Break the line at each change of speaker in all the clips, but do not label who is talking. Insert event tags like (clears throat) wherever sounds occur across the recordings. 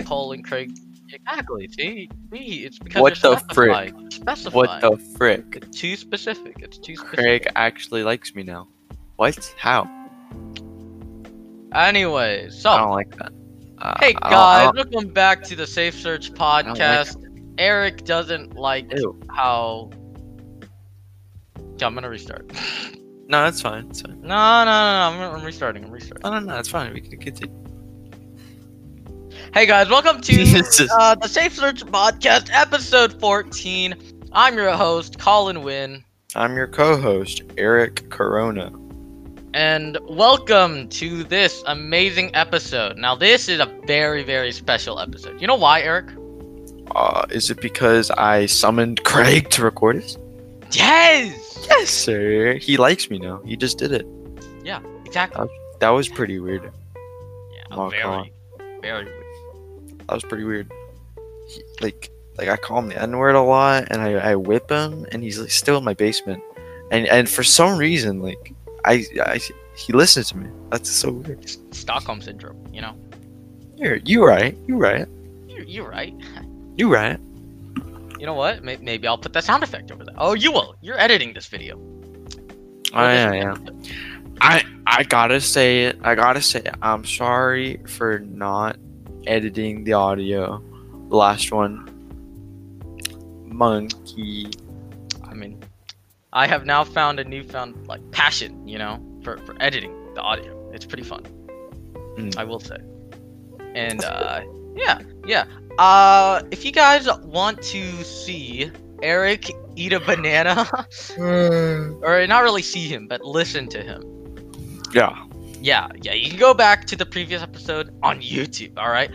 Cole and Craig. Exactly. See, see, it's because
What
they're
the frick?
specified. Specified.
What the frick?
It's too specific. It's too specific.
Craig actually likes me now. What? How?
Anyway, so
I don't like that. Uh,
hey
I don't-
guys,
I
welcome back to the Safe Search
don't like
podcast. Eric doesn't like
don't- ew.
how. Yeah, I'm gonna restart.
No, that's fine. It's fine.
No, no, no, no I'm, I'm restarting. I'm restarting.
No, no, no, it's fine. We can continue.
Hey guys, welcome to
Jesus.
uh, the Safe Search podcast, episode 14. I'm your host, Colin Wynn,
I'm your co-host, Eric Corona.
and welcome to this amazing episode. Now, this is a very, very special episode. You know why, Eric?
Uh, is it because I summoned (laughs) Craig to record this?
Yes!
Yes, sir. He likes me now. He just did it.
Exactly.
That was pretty weird.
Yeah,
Uh, Mark on.
very, very weird.
That was pretty weird. He, like, like I call him the N-word a lot, and I, I whip him, and he's like still in my basement, and and for some reason, like I, I he listens to me. That's so weird.
S- Stockholm Syndrome, you know?
You're you right. You right.
You're, you're right.
You right.
You know what? May- Maybe I'll put that sound effect over there. Oh, you will. You're editing this video. Or
I
this
am.
episode.
I I gotta say it. I gotta say it. I'm sorry for not editing the audio. The last one. Monkey.
I mean, I have now found a newfound like passion, you know, for, for editing the audio. It's pretty fun.
Mm.
I will say. And uh, yeah, yeah. Uh, if you guys want to see Eric eat a banana, (laughs) or not really see him, but listen to him.
Yeah.
Yeah, yeah. You can go back to the previous episode on YouTube. All right.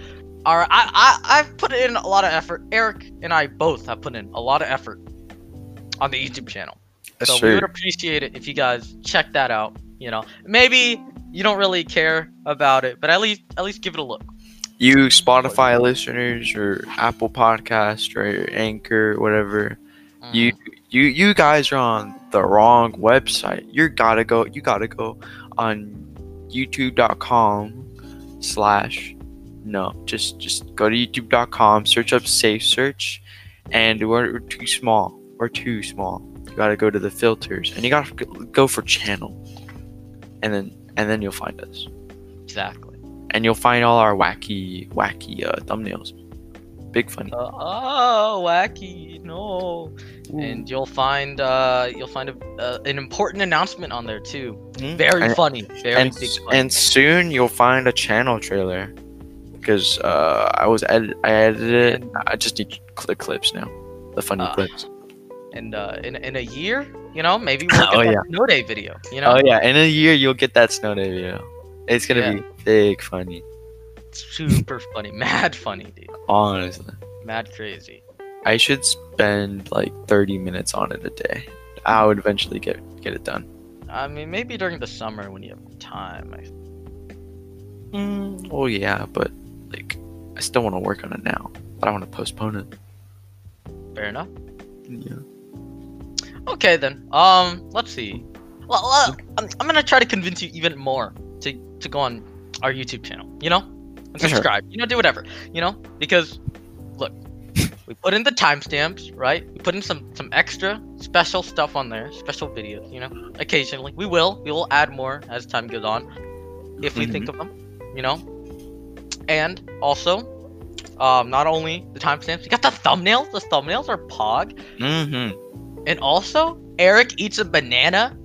All right. I, I I've put in a lot of effort. Eric and I both have put in a lot of effort on the YouTube channel.
That's
So we would appreciate it if you guys check that out. You know, maybe you don't really care about it, but at least at least give it a look.
you Spotify listeners or Apple Podcast or Anchor, whatever.
Mm,
You you you guys are on the wrong website. You gotta go. You gotta go on YouTube.com slash no. Just just go to YouTube.com. Search up Safe Search, and we're, we're too small. We're too small. You gotta go to the filters, and you gotta go for channel, and then and then you'll find us
exactly.
and you'll find all our wacky, wacky uh, thumbnails. Big funny.
Uh, oh, wacky! No, and you'll find uh you'll find a, uh, an important announcement on there too.
Mhm.
Very
and,
funny. Very
and,
big.
s-
funny.
and soon you'll find a channel trailer because uh, I was edit, I edited it. I just need cl- clips now, the funny
Uh,
clips.
And uh, in in a year, you know, maybe we'll get
(laughs) Oh,
that
yeah.
snow day video. You know,
oh yeah, in a year you'll get that snow day video. It's gonna
Yeah.
be big funny,
super funny, (laughs) mad funny, dude,
honestly.
mad crazy.
I should spend like 30 minutes on it a day. I would eventually get get it done.
I mean, maybe during the summer when you have time. I
Mm, well, yeah, but like, I still want to work on it now. But I want to postpone it.
fair enough.
Yeah.
Okay then. Um, let's see. Well, uh, I'm, I'm gonna try to convince you even more to to go on our YouTube channel. You know, and
Sure.
subscribe. You know, do whatever. You know, because look, we put in the timestamps, right? We put in some some extra special stuff on there, special videos. You know, occasionally we will we will add more as time goes on, if we think of them. You know, and also. Um, not only the timestamps, you got the thumbnails. The thumbnails are pog.
Mm-hmm.
And also, Eric eats a banana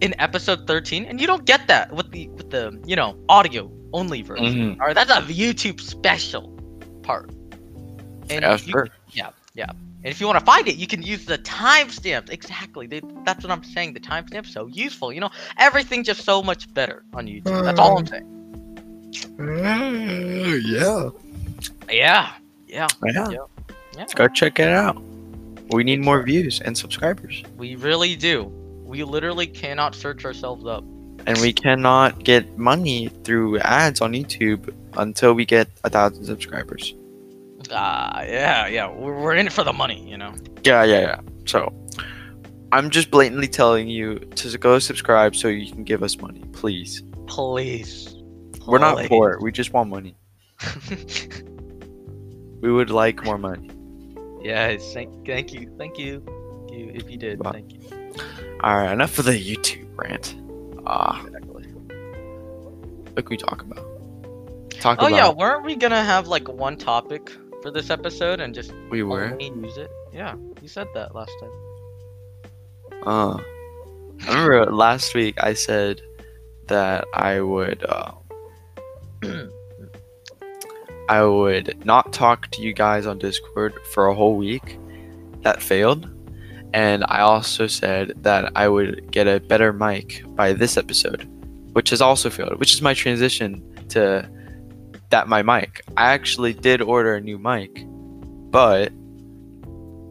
in episode 13, and you don't get that with the with the you know audio only version.
mm-hmm.
All right, that's a YouTube special part. And
Yeah,
you-
sure.
Yeah, yeah. And if you want to find it, you can use the timestamps. Exactly. They, that's what I'm saying. The timestamps so useful. You know, everything just so much better on YouTube. That's all I'm saying.
yeah.
Yeah, yeah.
Yeah.
Yeah.
Go check it out. We need more views and subscribers,
We really do. We literally cannot search ourselves up.
and we cannot get money through ads on YouTube until we get a thousand subscribers.
Ah, yeah, yeah. We're, we're in it for the money, you know.
Yeah, yeah, yeah. So, I'm just blatantly telling you to go subscribe so you can give us money, please.
Please.
We're not
(laughs) Please.
poor. We just want money. We would like more money.
Yes. Thank, thank you. Thank you. Thank you. If you did,
Bye.
thank you.
All right, enough of the YouTube rant. Ah,
Exactly.
what can we talk about? Talk
Oh
about
yeah, weren't we gonna have like one topic for this episode and just
we were.
only use it? Yeah, you said that last time.
Uh, I remember last week I said that I would uh, (clears throat) I would not talk to you guys on Discord for a whole week. That failed. And I also said that I would get a better mic by this episode, which has also failed, which is my transition to that my mic. I actually did order a new mic, but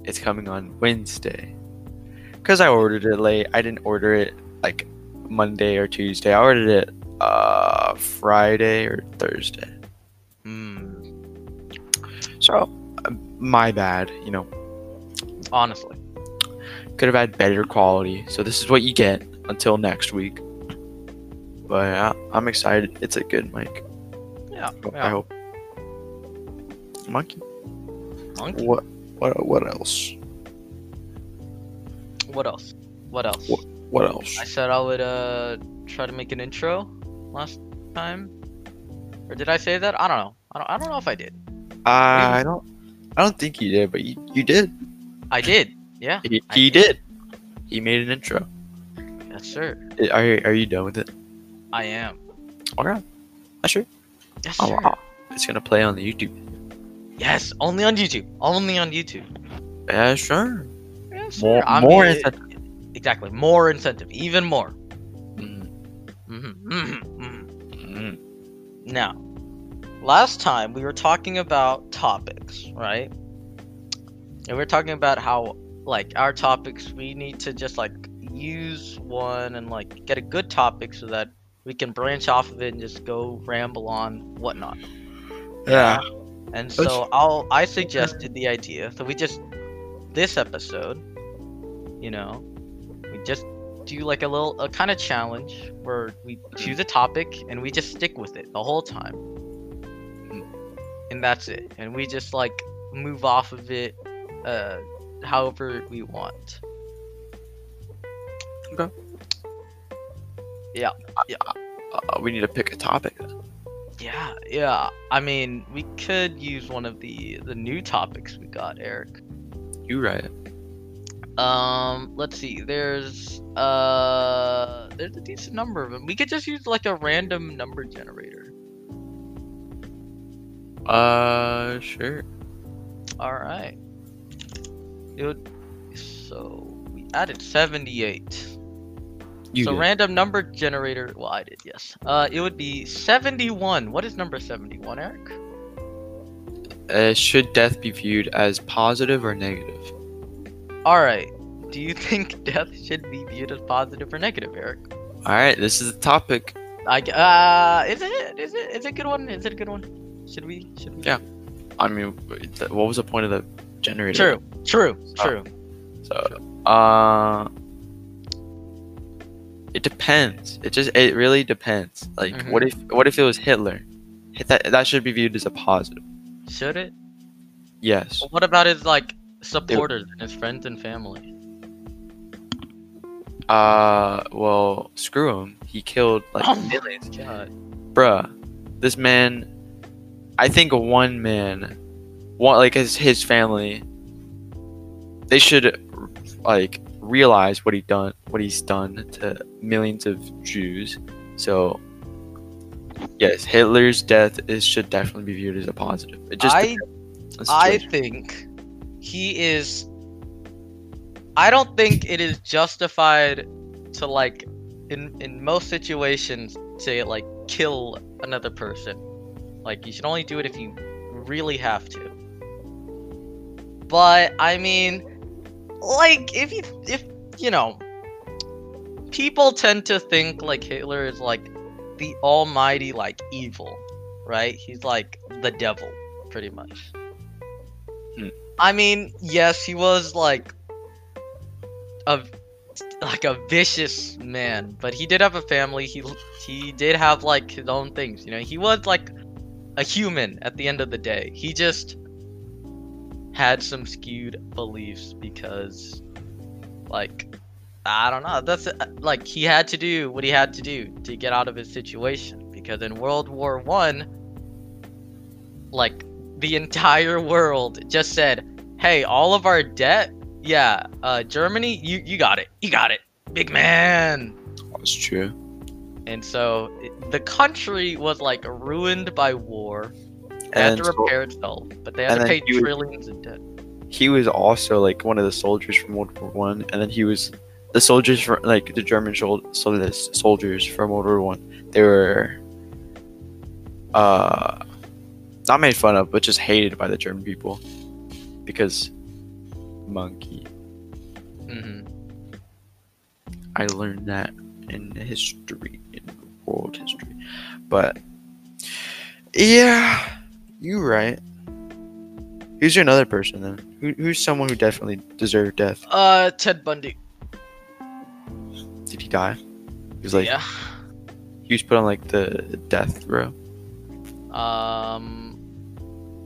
it's coming on Wednesday. Cuz I ordered it late. I didn't order it like Monday or Tuesday. I ordered it uh Friday or Thursday.
Hmm.
So, uh, my bad. You know,
Honestly.
could have had better quality. So this is what you get until next week. But yeah, I'm excited. It's a good mic.
Yeah.
I
yeah.
hope. Monkey.
Monkey.
What? What? What else?
What else? What else?
What else?
I said I would uh try to make an intro last time, or did I say that? I don't know. I don't. I don't know if I did.
Uh, I don't. I don't think you did, but you, you did.
I did. Yeah.
He,
I
he
did.
did. He made an intro.
Yes, sir.
Are you, are you done with it?
I am.
Okay.
Yes,
Oh,
sir.
wow. It's gonna play on the YouTube.
Yes. Only on YouTube. Only on YouTube.
Yeah, sure.
Yes, sir.
More,
I
more
mean,
incentive.
Exactly. More incentive. Even more.
Mm,
Mm-hmm. Mm-hmm. hmm
mm,
Now, last time we were talking about topics, right? And we were talking about how, like, our topics, we need to just, like, use one and, like, get a good topic so that we can branch off of it and just go ramble on whatnot.
Yeah.
And so I'll I suggested the idea. So we just this episode, you know, we just do like a little a kind of challenge where we choose a topic and we just stick with it the whole time. And that's it. And we just like move off of it uh however we want.
Okay.
Yeah.
Uh, we need to pick a topic.
Yeah, yeah. I mean, we could use one of the the new topics we got, Eric.
You right.
Um, let's see. There's uh, there's a decent number of them. We could just use like a random number generator.
Uh, sure.
All right. It would. So we added 78.
You
so
did.
random number generator. Well, I did. Yes. Uh, it would be 71. What is number 71, Eric?
uh, should death be viewed as positive or negative?
All right. Do you (laughs) think death should be viewed as positive or negative, Eric?
All right, this is the topic.
I g- uh, is it is it is it a good one? Is it a good one? Should we should we?
Yeah. I mean, wait, th- what was the point of the generator?
True. True.
Oh.
True.
So, uh, it depends. It just it really depends. Like,
Mhm.
what if what if it was Hitler? Hit- That that should be viewed as a positive.
Should it?
Yes.
But What about his like supporters and his friends and family?
Uh, well, screw him. He killed like
Oh my
millions.
God.
bruh, this man, I think one man, one like his his family, they should like realize what he done, what he's done to millions of Jews. So, yes, Hitler's death is should definitely be viewed as a positive. It just
I
depends on the
I
situation.
think he is. I don't think it is justified to like, in in most situations, to like kill another person. Like you should only do it if you really have to. But I mean, like if you if you know, people tend to think like Hitler is like the almighty like evil, right? He's like the devil, pretty much. I mean, yes, he was like a like a vicious man, but he did have a family. He he did have like his own things. You know, he was like a human at the end of the day. He just had some skewed beliefs because, like, I don't know. That's uh, like he had to do what he had to do to get out of his situation because in World War One, like the entire world just said, "Hey, all of our debt, yeah, uh, Germany, you you got it, you got it, big man."
That's true.
And so it, the country was like ruined by war. They had
And
to
so
repair itself, but they had
and
to
then
pay
you-
trillions in debt.
he was also like one of the soldiers from World War One, and then he was the soldiers from like the German sol- soldiers soldiers from World War One. They were uh not made fun of, but just hated by the German people because monkey.
hmm
I learned that in history, in world history. But yeah, you're right. Who's your another person then? Who, who's someone who definitely deserved death?
Uh, Ted Bundy.
Did he die? He was like
yeah.
he was put on like the death row.
Um,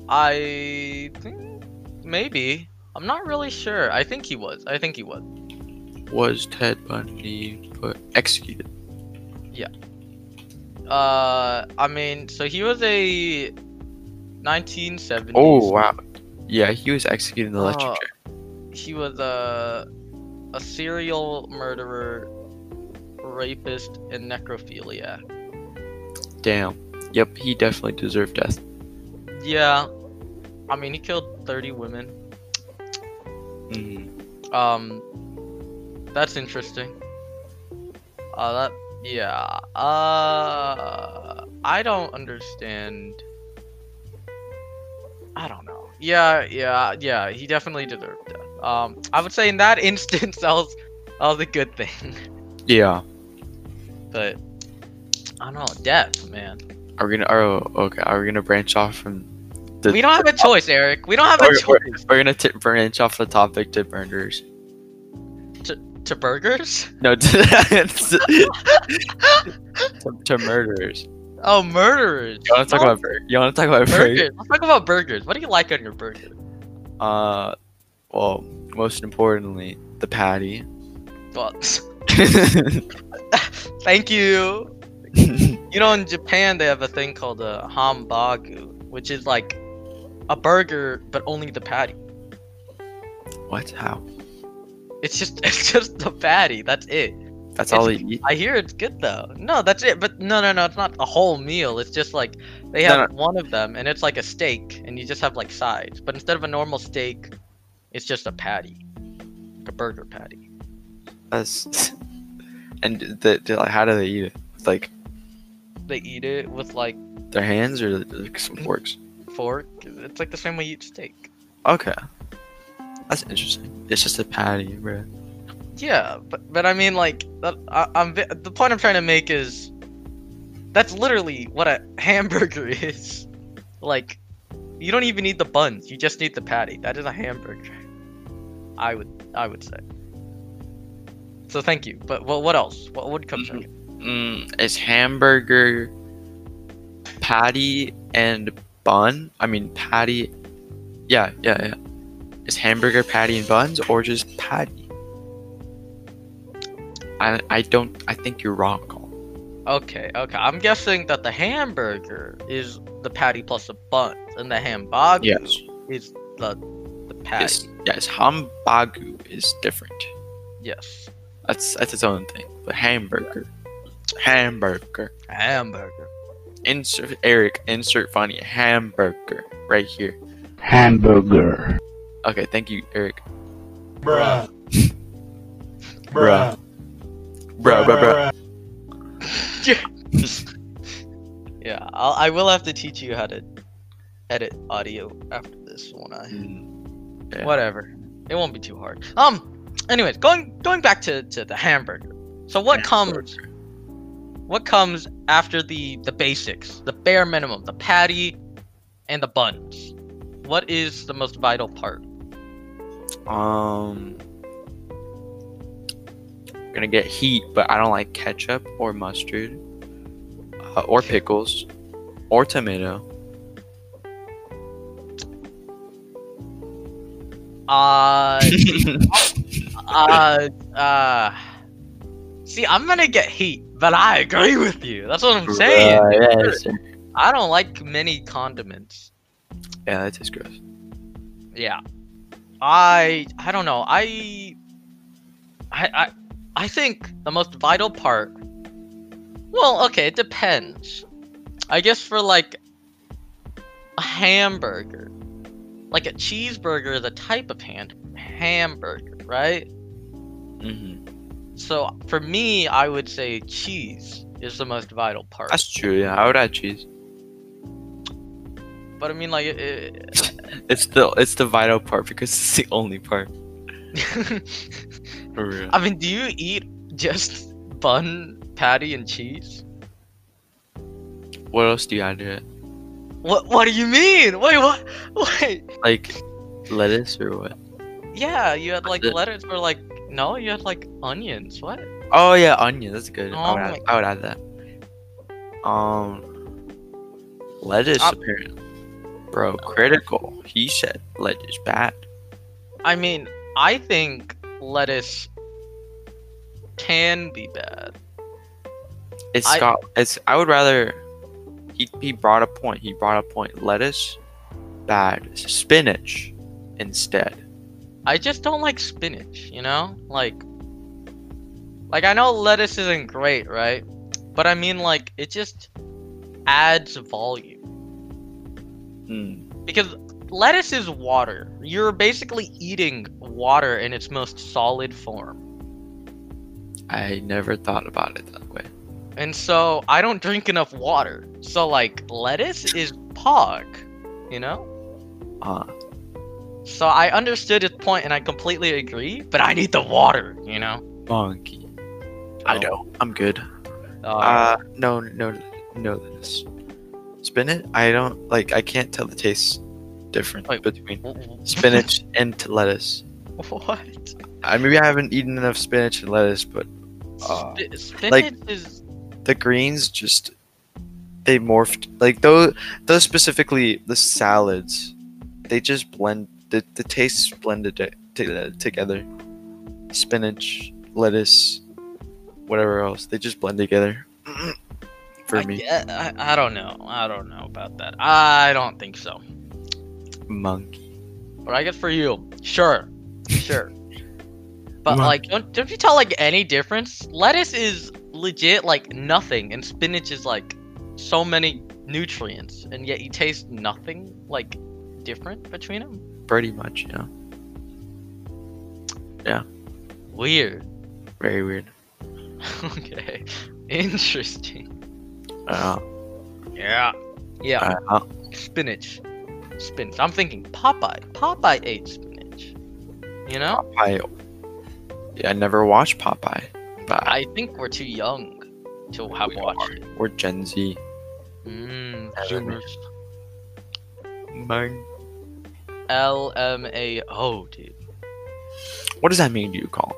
I think maybe. I'm not really sure. I think he was. I think he was.
Was Ted Bundy put executed?
Uh, I mean, so he was a 1970s.
Oh wow. Yeah, he was executed in the electric
Oh.
chair.
He was a a serial murderer, rapist, and necrophilia.
Damn. Yep, he definitely deserved death.
Yeah. I mean, he killed 30 women.
Mm.
Um, that's interesting. Uh, that yeah. Uh, I don't understand. I don't know. Yeah, yeah, yeah. He definitely deserved death. Um, I would say in that (laughs) instance, that was that was a good thing.
Yeah.
But I don't know. Death, man.
Are we gonna? Oh, okay. Are we gonna branch off from? The,
we don't have a
(laughs)
choice, Eric. We don't have a
We're-
choice
We're gonna t- branch off the topic to burners.
to burgers.
No, (laughs) to, to, to murderers.
Oh, murderers.
You want to talk
No,
about bur- you want to talk about burgers?
burgers. Let's talk about burgers. What do you like on your burger?
Uh, well, most importantly, the patty. (laughs)
Well, (laughs) thank
(laughs)
you. You know, in Japan, they have a thing called a hambagu, which is like a burger, but only the patty.
what? How?
It's just, (laughs) it's just the patty. That's it.
That's
It's-
all they eat.
I hear it's good though. No, that's it. But no, no, no. It's not a whole meal. It's just like they
No,
have one of them, and it's like a steak, and you just have like sides. But instead of a normal steak, it's just a patty, like a burger patty.
That's. (laughs) And the, the, like, how do they eat it? With, like
They eat it with like
their hands or like, some forks?
fork. It's like the same way you eat steak.
Okay. That's interesting. It's just a patty, bro.
Yeah, but but I mean like that, I, I'm ve- the point I'm trying to make is that's literally what a (laughs) hamburger is. Like you don't even need the buns, you just need the patty. That is a hamburger. I would I would say. So thank you. But well, what else? What would come
Mhm.
second?
Mm, it's hamburger, patty, and bun. I mean, patty. Yeah, yeah, yeah. Is hamburger, patty, and buns, or just patty? I, I don't. I think you're wrong, Colin.
Okay, okay. I'm guessing that the hamburger is the patty plus the buns, and the hamburger
Yes.
is the the patty.
Yes, yes. Hambagu is different.
yes.
That's that's its own thing. But hamburger, hamburger.
Hamburger.
Insert Eric. Insert funny hamburger right here.
Hamburger.
Okay, thank you, Eric.
Bruh.
Bruh. Bro, bro, bro.
(laughs) Yeah, I'll, I will have to teach you how to edit audio after this, won't I?
Yeah.
Whatever, it won't be too hard. Um, anyways, going going back to, to the hamburger. So what comes what comes after the the basics, the bare minimum, the patty, and the buns? What is the most vital part?
Um, gonna get heat, but I don't like ketchup or mustard, uh, or pickles, or tomato.
Uh, uh, uh. See, I'm gonna get heat, but I agree with you. That's what I'm saying.
Bruh, yeah, that's-
I don't like many condiments.
yeah, that tastes gross.
Yeah. I I don't know. I I I, I think the most vital part Well, okay, it depends. I guess for like a hamburger. Like a cheeseburger is a type of hand hamburger, right?
hmm
So for me, I would say cheese is the most vital part.
That's true. Yeah, I would add cheese.
But I mean like it, it,
It's the it's the vital part because it's the only part.
(laughs)
For real.
I mean, do you eat just bun, patty, and cheese?
What else do you add to it?
What What do you mean? Wait, what? (laughs) Wait.
Like lettuce or what?
Yeah, you had like
That's it.
lettuce or like no, you had like onions. What?
Oh yeah, onion. That's good. I,
Oh
would
my-
add, I would add that. Um, lettuce
Stop.
apparently. Bro, critical. He said lettuce bad.
I mean, I think lettuce can be bad.
It's
I-
got. It's. I would rather. He he brought a point. He brought a point. Lettuce, bad. Spinach, instead.
I just don't like spinach. You know, like like I know lettuce isn't great, right? But I mean, like it just adds volume.
Hmm.
Because lettuce is water. You're basically eating water in its most solid form.
I never thought about it that way.
And so I don't drink enough water. So like lettuce is pog, you know?
Uh,
So I understood his point and I completely agree, but I need the water, you know?
monkey. I
So,
don't. I'm good.
Uh,
Uh, no, no, no lettuce. Spinach. I don't like. I can't tell the taste difference
Wait.
between
w- (laughs)
spinach and t- lettuce.
what?
I maybe I haven't eaten enough spinach and lettuce, but Uh,
Spi- spinach is
the greens just they morphed like those those specifically the salads they just blend the, the tastes blended it t- uh, together spinach lettuce whatever else they just blend together (clears throat) for
I,
me
gue- I, I don't know. I don't know about that. I don't think so.
monkey
But I guess for you, sure, sure. But
Right.
like, don't don't you tell like any difference? Lettuce is legit like nothing, and spinach is like so many nutrients, and yet you taste nothing like different between them.
pretty much yeah
Weird. (laughs)
very weird
okay, interesting.
uh,
Yeah, yeah.
uh,
spinach, spinach. I'm thinking Popeye. Popeye ate spinach. You know,
I, yeah, I never watched popeye but
I think we're too young to have
We
watched it.
we're gen z
Mm,
I don't know.
Zoomers.
Mon-
L M A O, dude.
what does that mean do you call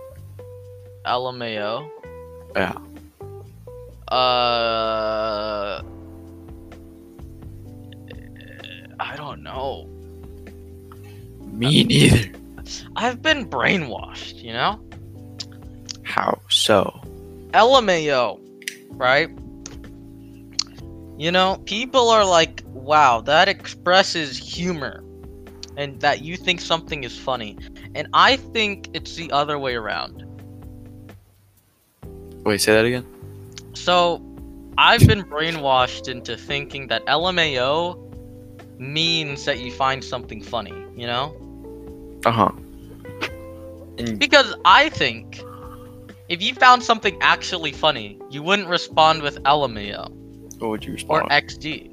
L M A O.
Yeah.
Uh. I don't know.
me neither
I've been brainwashed, you know?
how so
LMAO, right? You know, people are like, wow, that expresses humor and that you think something is funny. And I think it's the other way around.
wait say that again
So, I've been brainwashed into thinking that LMAO means that you find something funny, you know?
Uh huh.
Because I think if you found something actually funny, you wouldn't respond with LMAO
What would you
or
respond?
XD.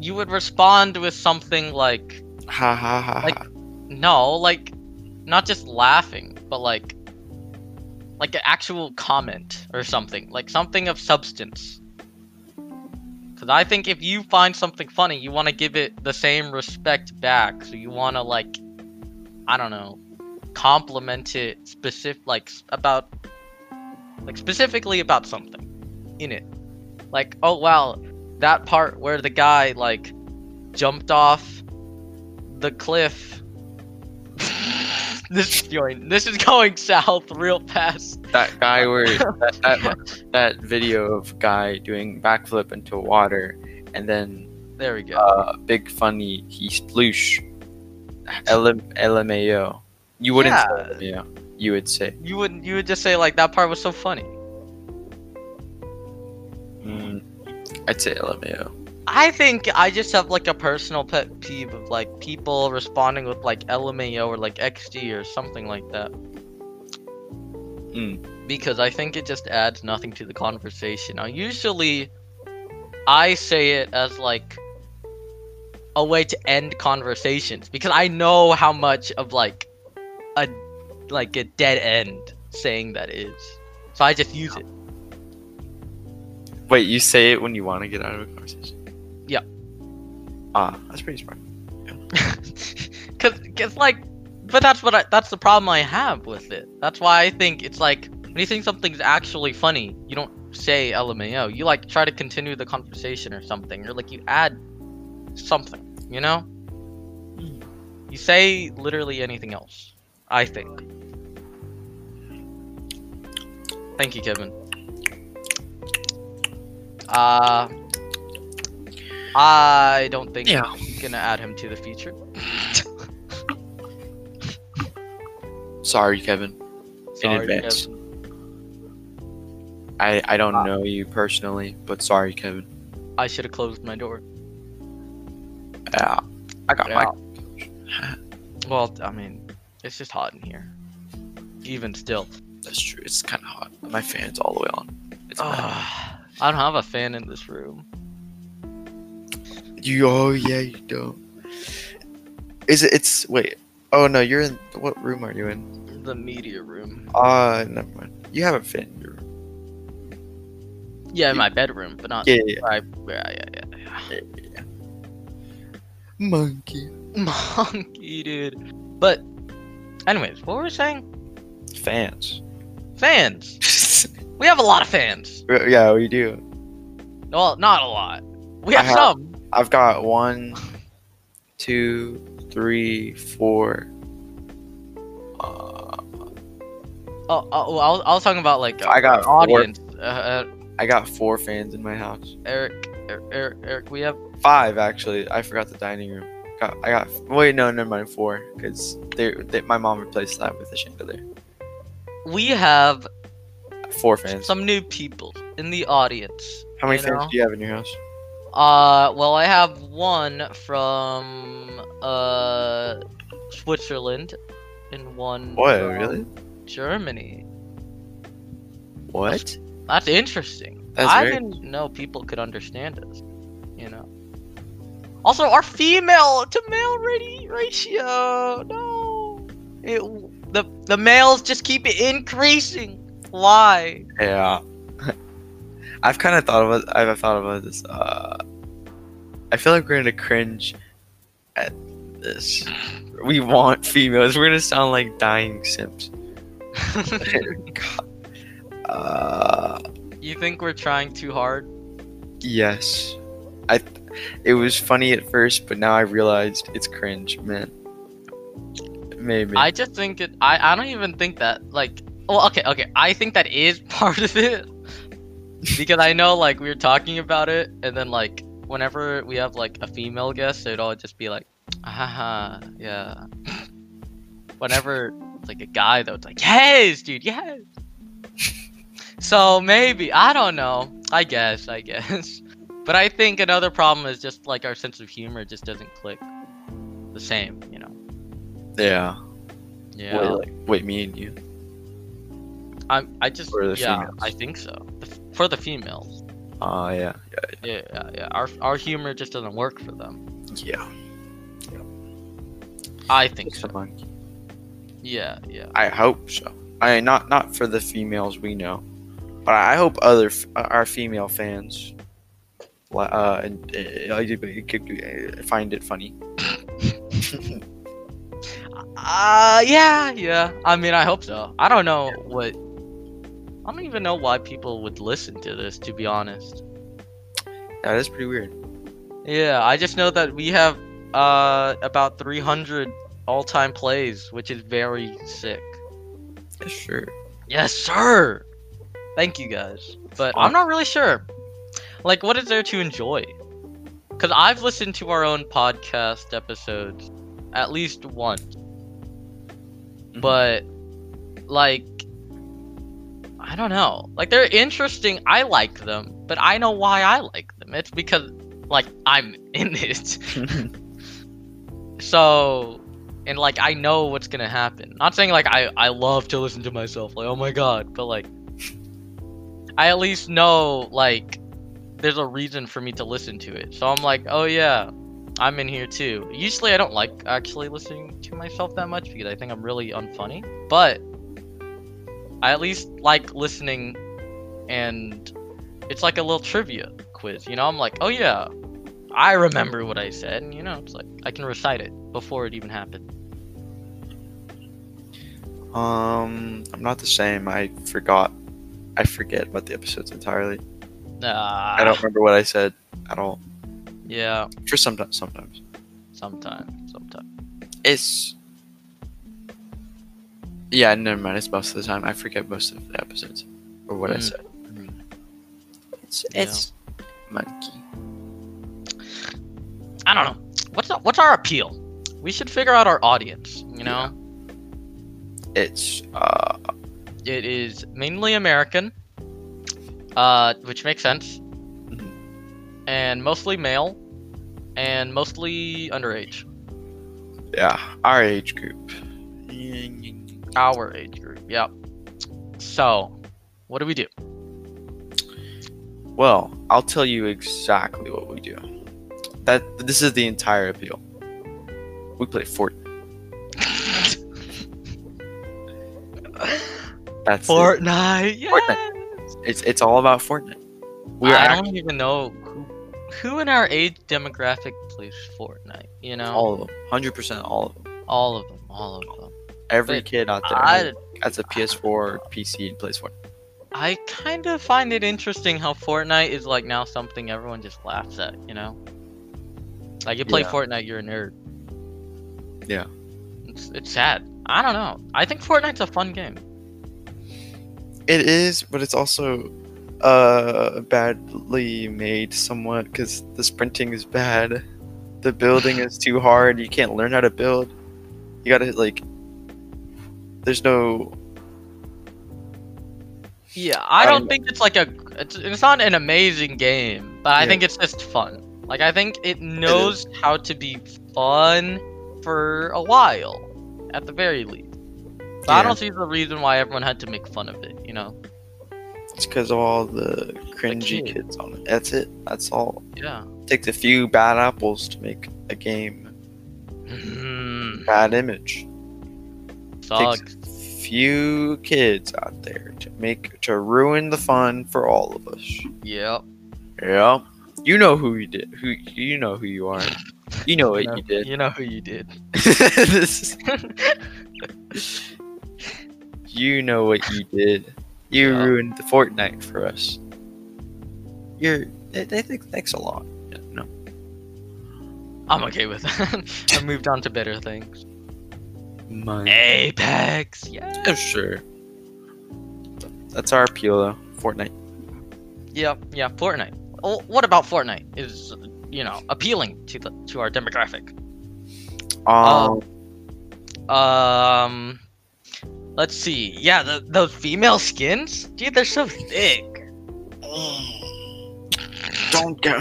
You would respond with something like,
ha ha ha.
like-
ha.
no, like, not just laughing, but like, like an actual comment or something, like something of substance. Because I think if you find something funny, you want to give it the same respect back. So you want to like, I don't know, compliment it specific, like s- about, like specifically about something in it. Like, oh wow, that part where the guy like jumped off the cliff. this is going this is going (laughs) south real fast.
That guy (laughs) where that, that that video of guy doing backflip into water, and then
There we go.
uh, big funny he sploosh. L- LMAO. You wouldn't
Yeah.
say LMAO. You would say.
you would you would just say like that part was so funny.
Mm, I'd say LMAO.
I think I just have like a personal pet peeve of like people responding with like LMAO or like XD or something like that. Because I think it just adds nothing to the conversation. Now, usually I say it as like a way to end conversations because I know how much of like a like a dead end saying that is. So I just use it.
Wait, you say it when you want to get out of a conversation.
Yeah.
Ah, that's pretty smart.
(laughs) cause, cause like, but that's what I, that's the problem I have with it. That's why I think it's like when you think something's actually funny, you don't say LMAO. You like try to continue the conversation or something, or like you add something. You know, you say literally anything else. I think. Thank you, Kevin. Uh, I don't think
Yeah.
I'm gonna add him to the feature.
Sorry, Kevin.
Sorry,
advance.
Kevin.
I, I don't know you personally, but sorry, Kevin.
I should have closed my door.
Yeah. I got my.
Well, I mean, it's just hot in here. Even still.
That's true. It's kind of hot. My fan's all the way on. It's bad.
Ugh, I don't have a fan in this room.
You oh yeah you don't. Is it? It's wait. Oh no, you're in. What room are you in?
The media room.
Ah, never mind. You have a fan in your room.
Yeah, in my bedroom, but not.
Yeah, yeah,
Where I, where I, yeah,
yeah. Monkey.
yeah. (laughs) Monkey, dude. But, anyways, what were we saying?
Fans. (laughs)
Fans. We have a lot of fans.
yeah, we do.
Well, not a lot. We
I
have
have-
some.
I've got one, two, three, four. Uh,
Oh, oh, I was, I was talking about like
I got
our
four.
audience. Uh, uh,
I got four fans in my house.
Eric, Eric, Eric, Eric, we have
Five actually. I forgot the dining room. Got, I got. Wait, no, never mind. Four, because they, they, my mom replaced that with a chandelier.
we have
Four fans.
some new people in the audience.
How many
you
fans
know?
do you have in your house?
Uh, well, I have one from uh Switzerland, and one
What?
from
Really?
Germany.
What?
That's interesting.
That's
I
very-
didn't know people could understand us. You know. Also, our female to male radi- ratio. No, it the the males just keep increasing. Why? (laughs)
Yeah. (laughs) I've kind of thought about. I've thought about this. Uh, I feel like we're gonna cringe at this. We want females. We're gonna sound like dying simps. (laughs) God. Uh,
You think we're trying too hard?
yes. I. It was funny at first, but now I realized it's cringe, man. Maybe.
I just think it. I, I don't even think that. Like, well, okay, okay. I think that is (laughs) part of it. because I know, like, we were talking about it, and then, like, whenever we have, like, a female guest, it'd all just be like, haha, yeah. (laughs) whenever, it's like, a guy, though, it's like, yes, dude, yes. (laughs) so maybe, I don't know. I guess, I guess. (laughs) But I think another problem is just, like, our sense of humor just doesn't click the same, you know?
yeah.
Yeah.
Wait, like, wait, me and you.
I I just
For the
yeah,
females.
I think so. The, f- for the females.
Oh yeah.
Yeah, yeah, yeah. Our our humor just doesn't work for them.
Yeah.
I think
It's
so.
a monkey.
Yeah, yeah.
I hope so. I mean, not not for the females we know, but I hope other f- uh, our female fans, li- uh, and uh, I did- uh, find it funny.
Uh yeah, yeah. I mean, I hope so. I don't know what I don't even know why people would listen to this to be honest.
That is pretty weird.
Yeah, I just know that we have uh about 300 all-time plays, which is very sick.
Sure.
Yes, sir. Thank you guys. But I'm not really sure. Like, what is there to enjoy? Because I've listened to our own podcast episodes at least once. But, like, I don't know. Like, they're interesting. I like them. But I know why I like them. It's because, like, I'm (laughs) in it. So, and like I know what's gonna happen. Not saying like I I love to listen to myself, like oh my god, but like I at least know like there's a reason for me to listen to it. So I'm like, oh yeah, I'm in here too. Usually I don't like actually listening to myself that much because I think I'm really unfunny, but I at least like listening and it's like a little trivia quiz. You know, I'm like, oh yeah, I remember what I said, and you know, it's like I can recite it before it even happened.
(laughs) um, I'm not the same. I forgot. I forget about the episodes entirely.
Ah,
I don't remember what I said at all.
Yeah,
Sure, sometimes. Sometimes
sometime, sometime.
it's. Yeah, never mind. It's most of the time. I forget most of the episodes or what I
Mm.
said. It's
Yeah.
it's monkey.
I don't know. What's our- what's our appeal? We should figure out our audience. You know,
It's uh
it is mainly American, uh, which makes sense, and mostly male, and mostly underage,
yeah our age group. I
our age group. Yep. So, what do we do?
Well, I'll tell you exactly what we do. That this is the entire appeal. We play Fortnite. That's it.
Fortnite. (laughs) Yeah.
It's it's all about Fortnite. We are
I
act-
don't even know who, who in our age demographic plays Fortnite. You know, all,
all of them, hundred percent, all of them.
of them, all of them.
Every
Wait,
kid out there
I,
that's a PS4, PC, and plays Fortnite.
I kind of find it interesting how Fortnite is like now something everyone just laughs at. You know, like you play
Yeah.
Fortnite, you're a nerd.
Yeah.
it's, it's sad. I don't know. I think Fortnite's a fun game.
It is, but it's also uh badly made somewhat because the sprinting is bad. The building is too hard. You can't learn how to build. You gotta like. There's no.
Yeah, I
I
don't
don't-
think it's like a. It's, it's not an amazing game, but I
Yeah.
think it's just fun. Like I think it knows how to be fun for a while, at the very least. So I
Yeah.
don't see the reason why everyone had to make fun of it. You know?
It's because of all the cringy
kid.
kids on it. That's it. That's all.
Yeah.
Take a few bad apples to make a game
Mm,
bad image.
sucks.
Takes few kids out there to make to ruin the fun for all of us.
Yep.
Yeah. You know who you did. Who you know who you are. You know what you did. (laughs)
You know who you did.
This is- you know what you did. You
Yeah.
ruined the Fortnite for us. You're. They, they think thanks a lot. Yeah, No.
I'm okay with that. (laughs) I moved on to better things.
Mine.
Apex. Yeah.
Eh, sure. That's our appeal, though. Fortnite.
Yep. Yeah. Fortnite. Oh, what about Fortnite? Is you know appealing to the to our demographic?
Um.
Um, let's see. Yeah, the, those female skins, dude, they're so thick.
Oh, don't get.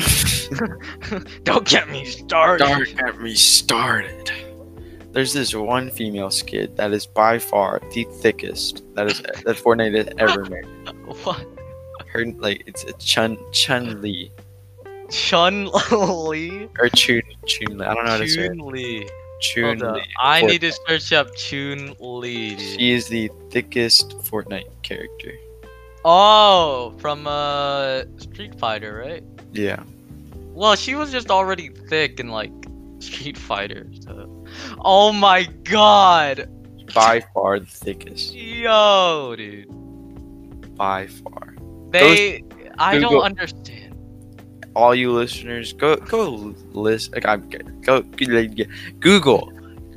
(laughs)
Don't get me started.
Don't get me started. There's this one female skid that is by far the thickest that is that Fortnite has (laughs) ever made.
What?
Her like it's a Chun Chun Li
Chun (laughs) Li.
or Chun Chun Li. I don't know how to say it.
Chun Li.
Chun
Hold up.
Li.
I
Fortnite.
need to search up Chun Li. dude.
She is the thickest Fortnite character.
Oh, from uh Street Fighter, right?
Yeah.
Well, she was just already thick in like Street Fighter. So. Oh my God,
By far the thickest.
yo, dude.
By far.
They, I don't
Google-
understand.
All you listeners, go go list. Like I'm go Google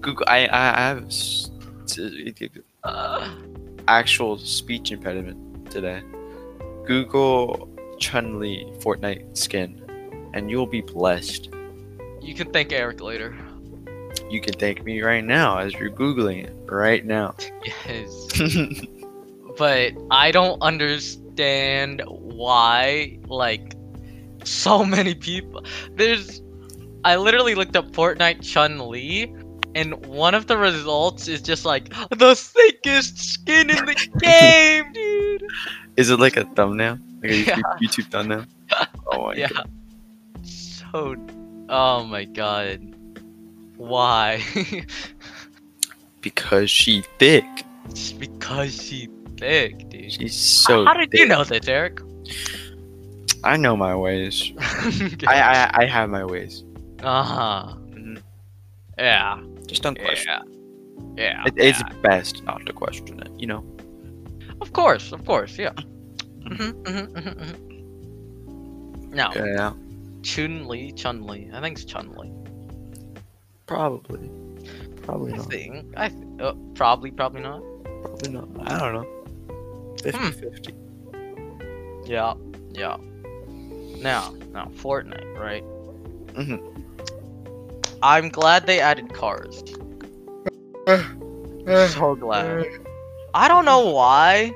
Google. I I I have s- t-
Uh,
actual speech impediment today. Google Chun Li Fortnite skin, and you'll be blessed.
you can thank Eric
(laughs)
later.
You can thank me right now as you're googling it right now.
Yes. but I don't understand why like so many people there's I literally looked up Fortnite Chun Li and one of the results is just like the thickest skin in
(laughs)
the game, dude.
Is it like a thumbnail? Like
(laughs)
a
Yeah.
YouTube, YouTube thumbnail? Oh my
yeah.
god.
So oh my god. Why? (laughs)
Because she thick.
just because she thick, dude.
She's so
How did
thick.
you know this, Eric? (laughs)
I know my ways. I, I I have my ways.
Uh huh.
Mhm.
Yeah.
Just don't question.
Yeah. Yeah.
It, it's best not to question it, you know.
Of course. Of course. Yeah.
Mm-hmm,
Mhm, mhm, mhm, mhm. Now,
Yeah,
Chun Li, Chun Li. I think it's Chun Li.
probably, probably
I
not.
think. I th- uh, probably. Probably not.
Probably not. I don't know.
Hmm.
50-50.
Yeah. Yeah. Now, now Fortnite, right?
Mhm.
I'm glad they added cars. so glad. I don't know why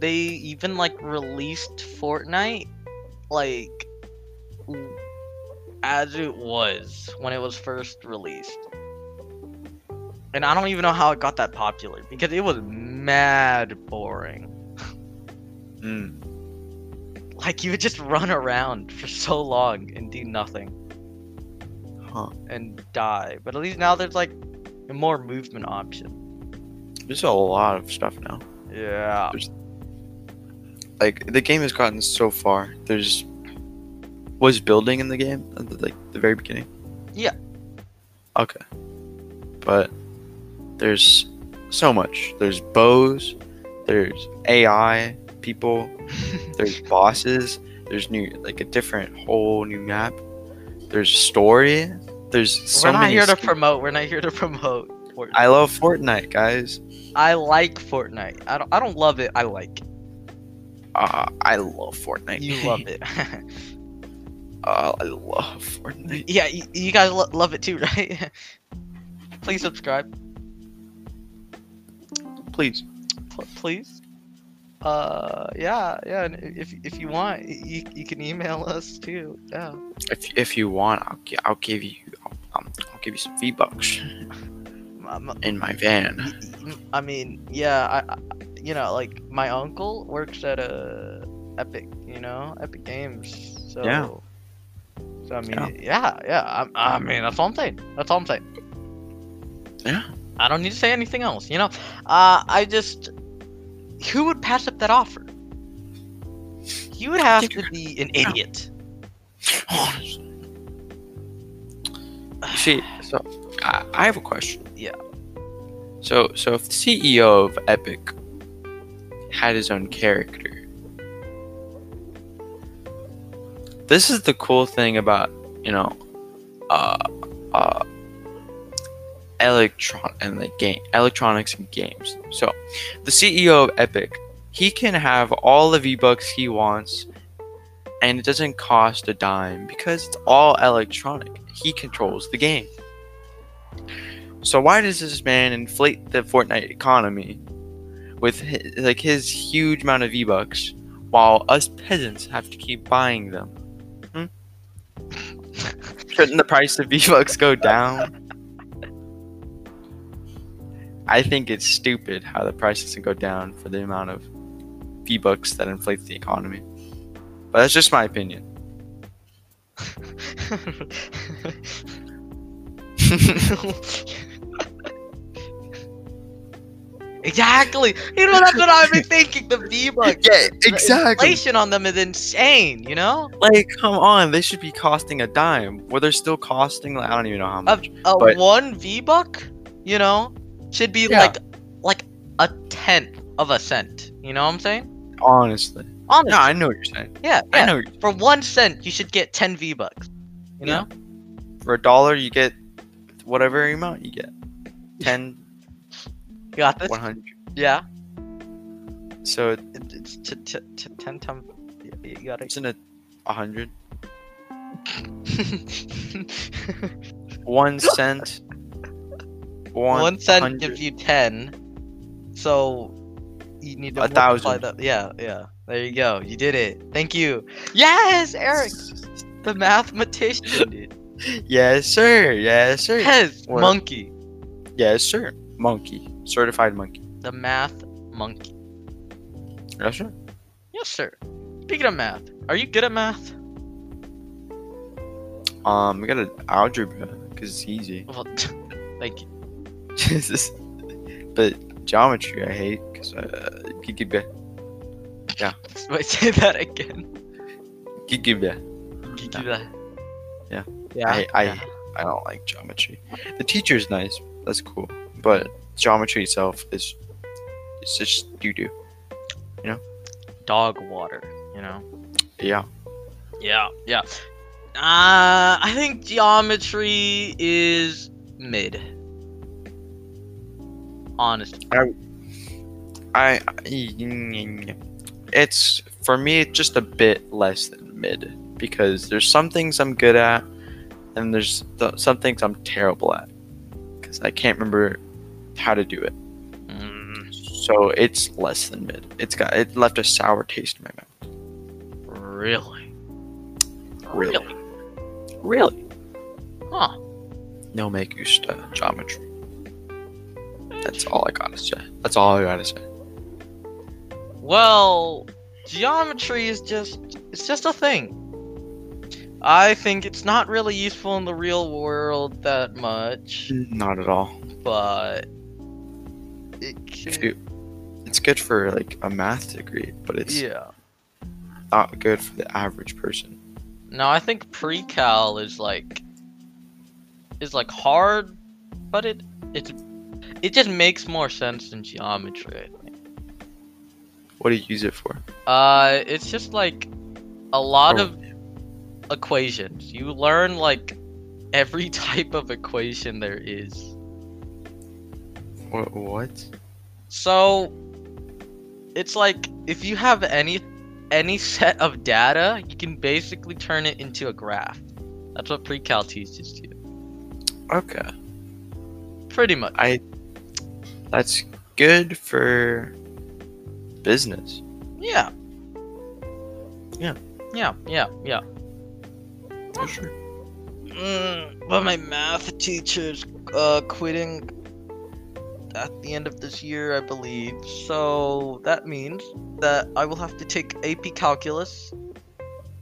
they even like released Fortnite like w- as it was when it was first released. And I don't even know how it got that popular because it was mad boring.
Mm.
Like you would just run around for so long and do nothing
Huh.
and die. But at least now there's like a more movement option.
There's a lot of stuff now.
Yeah.
Like the game has gotten so far. There's was building in the game at the, like the very beginning.
Yeah.
Okay. But there's so much. There's bows. There's AI
(laughs)
people. there's bosses. There's new like a different whole new map. There's story. There's so
We're not
many.
here to
skins.
promote. We're not here to promote. Fortnite.
I love Fortnite, guys.
I like Fortnite. I don't, I don't love it. I like. it.
Uh, I love Fortnite.
You love
(laughs)
it. (laughs)
Uh, I love Fortnite.
yeah, you, you guys lo- love it too, (laughs) right? please subscribe,
Please.
pl- please. Uh, yeah, yeah. And i- if if you want, y- you, you can email us too. Yeah.
If, if you want, I'll, gi- I'll give you I'll, um, I'll give you some V bucks
Um,
in my van.
y- y- I mean, yeah. I, I, you know, like my uncle works at a Epic. You know, Epic Games. So.
Yeah.
So I mean,
Yeah. Um,
yeah, yeah. I, I mean, that's all I'm saying. That's all I'm saying.
Yeah.
I don't need to say anything else, you know? Uh, I just. Who would pass up that offer? You would have to be an idiot.
Honestly. See, so I, I have a question.
Yeah.
So so if the CEO of Epic had his own character, this is the cool thing about you know, uh, uh, electron and like game electronics and games. So the CEO of Epic, he can have all the V Bucks he wants and it doesn't cost a dime because it's all electronic. He controls the game. So why does this man inflate the Fortnite economy with his, like his huge amount of V-bucks while us peasants have to keep buying them? Hmm? Shouldn't the price of V-bucks go down? I think it's stupid how the price doesn't go down for the amount of V-bucks that inflates the economy. But that's just my opinion.
(laughs) exactly. You know, that's what I've been thinking. The V Bucks.
(laughs) Yeah,
The inflation on them is insane, you know?
Like, come on, they should be costing a dime. Well, they're still costing. Like, I don't even know how
a,
much.
a
but-
one V buck, you know, should be
Yeah.
like like a tenth of a cent. You know what I'm saying?
honestly,
Honestly,
no, I know what you're saying.
yeah,
I
yeah.
know what you're
For one cent, you should get ten V bucks. You
Yeah.
know? (laughs)
for a dollar you get whatever amount you get. 10,
You got this?
100.
Yeah.
So
It- It's t- t- t- 10 times. y- y- You got it. (laughs)
it's in a 100.
(laughs)
One cent. One,
One cent
hundred.
gives you 10. So you need to
A
multiply
thousand.
That. Yeah, yeah. There you go. You did it. Thank you. Yes, Eric, the mathematician, dude.
(laughs) Yes, sir. Yes, sir.
Yes,
What?
monkey.
Yes, sir. Monkey. Certified monkey.
The math monkey.
Yes, sir.
Yes, sir. Speaking of math, are you good at math?
Um, we got an algebra because it's easy.
Well, (laughs) thank you. (laughs)
(laughs) Jesus. But geometry, I hate because uh, gigibe,
Wait, say that again. (laughs)
gigibe.
Give you that.
Yeah.
Yeah.
I, I,
yeah.
I don't like geometry. The teacher's nice. That's cool. But geometry itself is, it's just doo doo.
Dog water, you know?
Yeah.
Yeah, yeah. Uh, I think geometry is mid. Honest.
I, it's for me it's just a bit less than mid because there's some things I'm good at and there's th- some things I'm terrible at because I can't remember how to do it.
Mm,
So it's less than mid. It's got it left a sour taste in my mouth.
really?
Really? Really?
Huh.
No make gusta geometry. That's all I gotta say. That's all I gotta say.
Well, geometry is just it's just a thing. I think it's not really useful in the real world that much,
Not at all.
but it
If
can,
you, it's good for like a math degree, but it's
yeah.
not good for the average person.
No, I think pre-cal is like is like hard, but it it's it just makes more sense than geometry. I think.
What do you use it for?
Uh, it's just like a lot
Oh.
of equations. You learn like every (laughs) type of equation there is.
What? What?
So it's like if you have any any set of data, you can basically turn it into a graph. That's what pre-cal teaches you.
Okay,
Pretty much.
that's good for business.
Yeah.
Yeah.
Yeah, yeah, yeah.
For sure.
Mm, but my math teacher's uh, quitting at the end of this year, I believe. So that means that I will have to take AP Calculus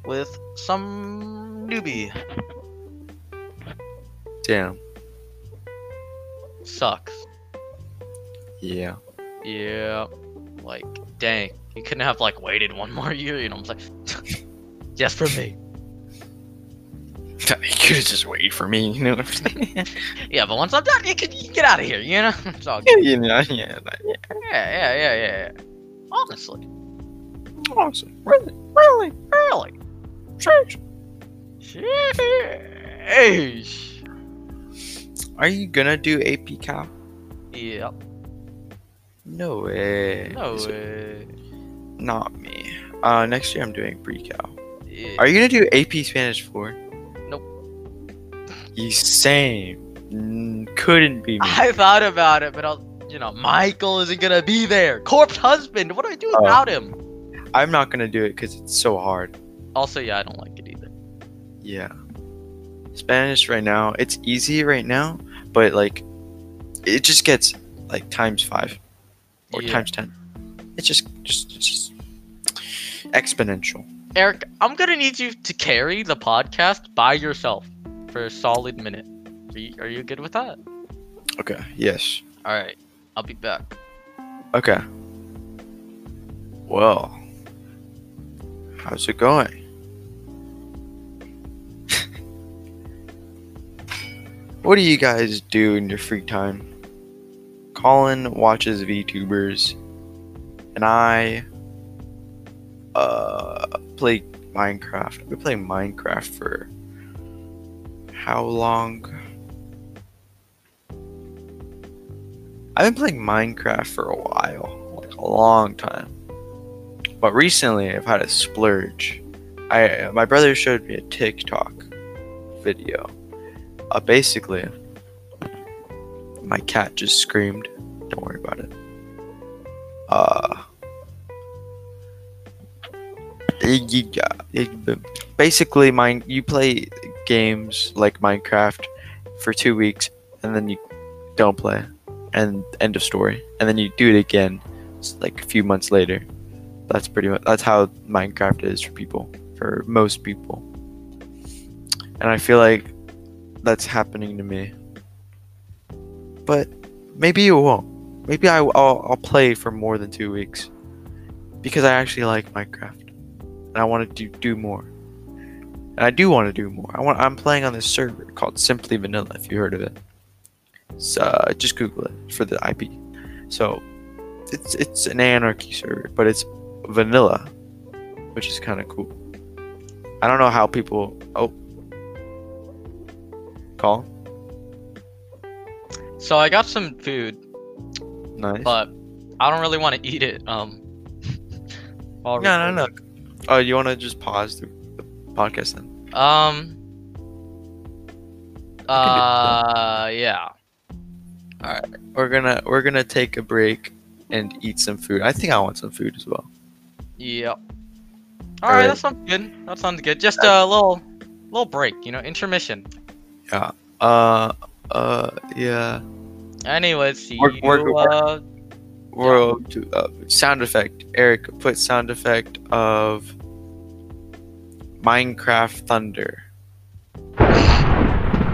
with some newbie.
Damn.
Sucks.
Yeah. (laughs)
Yeah. Like, dang. You couldn't have, like, waited one more year, you know what I'm saying? (laughs) Just for me.
you could have just waited for me. You know what I'm saying? (laughs)
Yeah, but once I'm done, you can, you can get out of here, you know? (laughs) It's all good.
you know. Yeah. Like,
Yeah, yeah, yeah, yeah, yeah. Honestly,
awesome. Really. Really.
really.
Sure.
Sheesh.
Are you gonna do AP Cal?
Yep.
No way.
No uh,
Is it-
way.
Not me. Uh, next year I'm doing pre Cal.
Yeah.
Are you gonna do AP Spanish 4?
Nope.
You same. Mm, couldn't be me.
I thought about it, but I was, you know, Michael isn't gonna be there. Corpse husband. What do I do
Oh.
without him?
I'm not gonna do it because it's so hard.
Also, yeah, I don't like it either.
Yeah. Spanish right now, it's easy right now, but like, it just gets like times five or
Yeah.
times ten. It's just, just, it's just exponential.
Eric, I'm gonna need you to carry the podcast by yourself for a solid minute. Are you, are you good with that?
Okay. Yes.
All right, I'll be back.
Okay. Well, how's it going? (laughs) what do you guys do in your free time? Colin watches VTubers, and I uh play Minecraft. I've been playing Minecraft for how long? I've been playing Minecraft for a while, like a long time. But recently, I've had a splurge. I my brother showed me a TikTok video. Uh, basically, my cat just screamed. Don't worry about it. Uh, basically, mine you play games like Minecraft for two weeks, and then you don't play and end of story. And then you do it again, s- like a few months later. That's pretty much that's how Minecraft is for people, for most people. And I feel like that's happening to me. But maybe it won't. Maybe I, will I'll play for more than two weeks because I actually like Minecraft and I want to do, do more. And I do want to do more. I want. I'm playing on this server called Simply Vanilla. If you heard of it. So, uh, just Google it for the IP. So it's it's an anarchy server, but it's vanilla, which is kind of cool. I don't know how people. Oh, call
So I got some food,
nice.
but I don't really want to eat it. Um. (laughs)
no,
while
no, no. Oh, you want to just pause the, the podcast then?
recording. Um. Uh, yeah.
We're gonna we're gonna take a break and eat some food. I think I want some food as well.
Yep. All right,
Alright.
that sounds good. That sounds good. Just a little, little break, you know, intermission.
Uh, uh, yeah.
Anyways, see
Work, work,
you.
work.
Uh,
World to uh, sound effect. Eric, put sound effect of Minecraft thunder.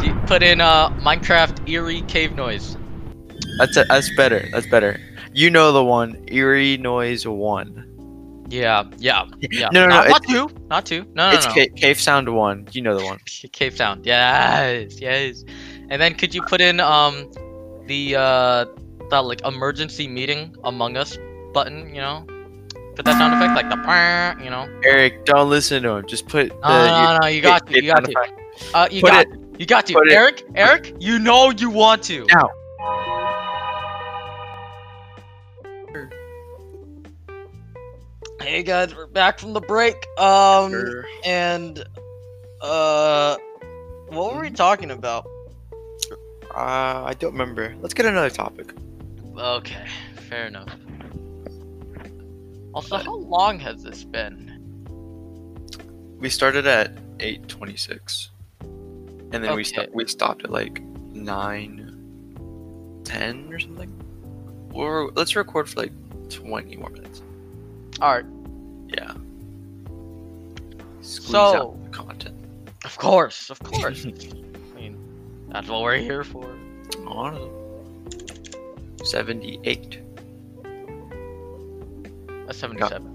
d- put in uh Minecraft eerie cave noise.
That's a, that's better. That's better. You know the one, eerie noise one.
Yeah,
(laughs)
yeah, yeah.
No, no,
not,
no,
not two, not two. No, no,
it's
no.
ca- cave sound one. You know the one.
Ca- Cave sound. Yes, yes. And then could you put in um the uh that like emergency meeting Among Us button? You know, put that sound effect like the (laughs) brrrr, you know.
Eric, don't listen to him. Just put the.
No, no, no, no, you got to, you got to. Uh, you
Put
got to. You got to.
Put it.
Eric, Eric, you know you want to.
Now.
Hey guys, we're back from the break. Um and uh what were we talking about?
Uh, I don't remember. Let's get another topic.
Okay, fair enough. Also, how long has this been?
We started at eight twenty six, and then we
Okay.
sto- we stopped at like nine, ten or something. Or let's record for like twenty more minutes.
All right.
Yeah. Squeeze
So-
out the content.
Of course, of course. (laughs) I mean, that's what we're here for.
Honestly. Seventy eight.
A 77.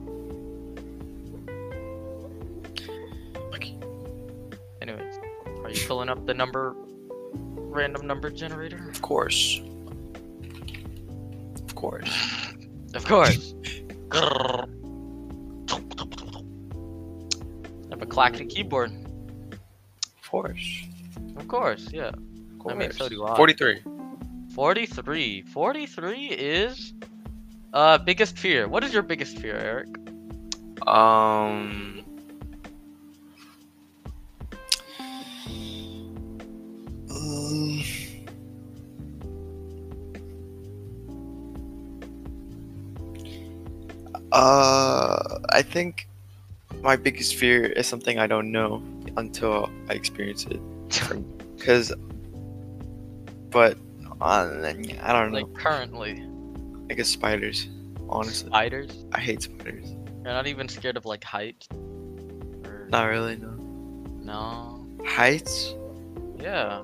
Okay.
Anyways, are you pulling up the number, random number generator?
Of course. Of course.
Of (laughs) course. Grrr. I have a clacking keyboard.
Of course.
Of course, yeah. I
Of course.
mean, so do I.
Forty three.
43. 43 is uh biggest fear. What is your biggest fear, Eric?
Um. um, Uh, I think my biggest fear is something I don't know until I experience it. Cause, but uh, I don't know.
(laughs) Like currently,
I guess spiders. Honestly,
spiders.
I hate spiders.
You're not even scared of like heights. Or-
Not really. No.
No.
Heights.
Yeah.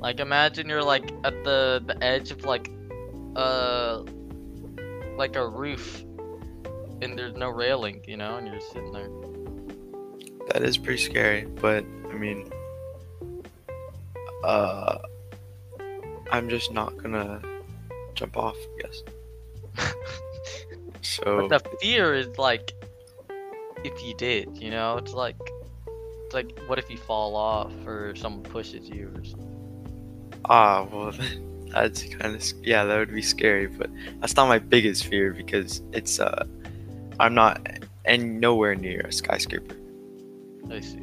Like imagine you're like at the the edge of like uh like a roof and there's no railing, you know, and you're just sitting there.
That is pretty scary, but I mean, uh, I'm just not gonna jump off, I guess. so,
But the fear is like if you did, you know, it's like it's like what if you fall off or someone pushes you or something.
ah, well, (laughs) That's kind of yeah, that would be scary, but that's not my biggest fear because it's uh, I'm not and nowhere near a skyscraper,
I see.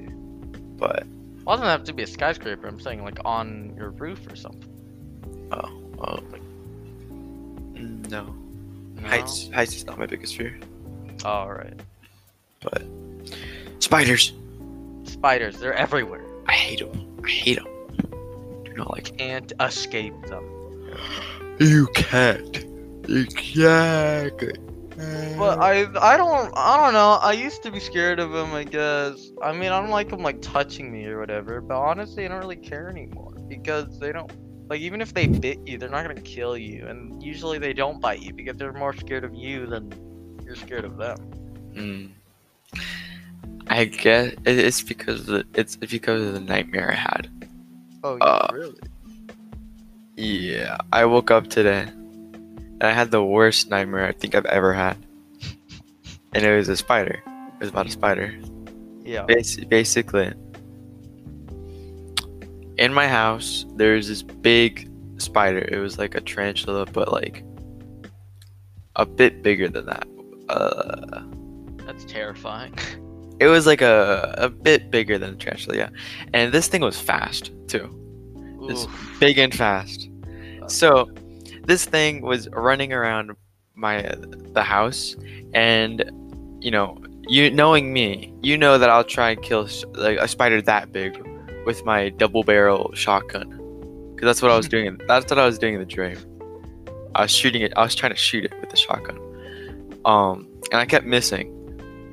but
Well, it doesn't have to be a skyscraper. I'm saying like on your roof or something.
oh, like, um, no,
No?
heights heights is not my biggest fear.
All right.
Spiders,
Spiders. They're everywhere.
I hate them. I hate them. Do not like.
Can't escape them.
You can't. Exactly.
But I I don't I don't know. I used to be scared of them. I guess. I mean I don't like them like touching me or whatever. But honestly, I don't really care anymore because they don't. Like even if they bit you, they're not gonna kill you, and usually they don't bite you because they're more scared of you than you're scared of them.
Mm. I guess it- it's because of the, it's because of the nightmare I had.
Oh,
Uh,
really?
Yeah, I woke up today and I had the worst nightmare I think I've ever had, and it was a spider. It was about a spider.
Yeah.
Basi- basically, in my house there was this big spider. It was like a tarantula, but like a bit bigger than that. Uh,
That's terrifying.
it was like a a bit bigger than a tarantula, yeah. And this thing was fast too, (laughs) It's-
Oof. (laughs)
big and fast. So this thing was running around my the house, and you know, you knowing me, you know that I'll try and kill s- like a spider that big with my double barrel shotgun, because that's what I was doing. That's what I was doing in the dream. I was shooting it. I was trying to shoot it with the shotgun, um, and I kept missing.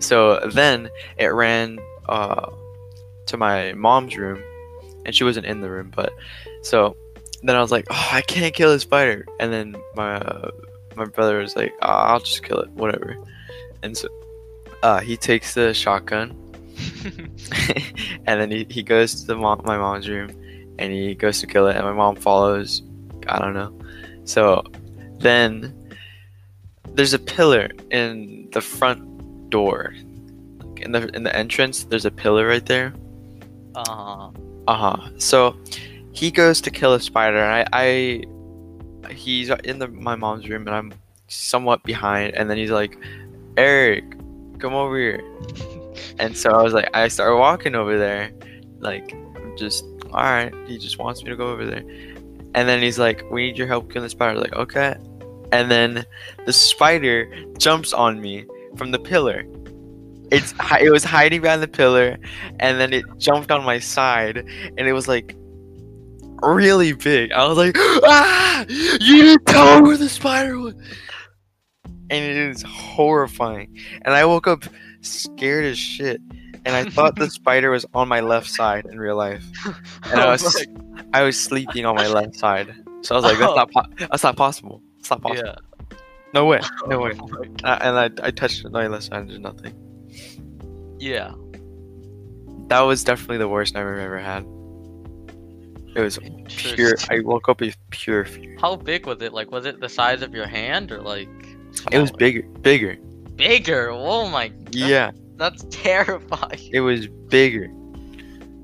So then it ran uh, to my mom's room, and she wasn't in the room. But so then I was like, oh, I can't kill this spider. And then my uh, my brother was like, "Ah, I'll just kill it, whatever. And so uh, he takes the shotgun, (laughs) and then he, he goes to the mom, my mom's room, and he goes to kill it, and my mom follows. I don't know. So then there's a pillar in the front door, Like, in the in the entrance. There's a pillar right there.
uh,
Uh huh. So he goes to kill a spider, and I, I he's in the my mom's room, and I'm somewhat behind, and then he's like, Eric, come over here. and so I was like, I started walking over there, like, I'm just all right. He just wants me to go over there, and then he's like, we need your help killing the spider. I was like, okay. And then the spider jumps on me from the pillar. It's hi- it was hiding behind the pillar, and then it jumped on my side, and it was like really big. I was like, (gasps) ah, you didn't tell me where the spider was. And it is horrifying. And I woke up scared as shit. And I
(laughs)
thought the spider was on my left side in real life. And I
Oh
was I was sleeping on my left side. So I was like, that's not po- that's not possible. It's (laughs) not possible.
(laughs) Oh. yeah.
No way. No (laughs) way.
Oh my-
Uh, and I, I touched it on my left side and there's nothing.
Yeah.
That was definitely the worst nightmare I've ever had. It was pure. I woke up with pure fear.
How big was it? Like, was it the size of your hand or like?
It was
smaller?
bigger, bigger.
bigger. Oh my. that's-
Yeah,
That's terrifying.
it was bigger.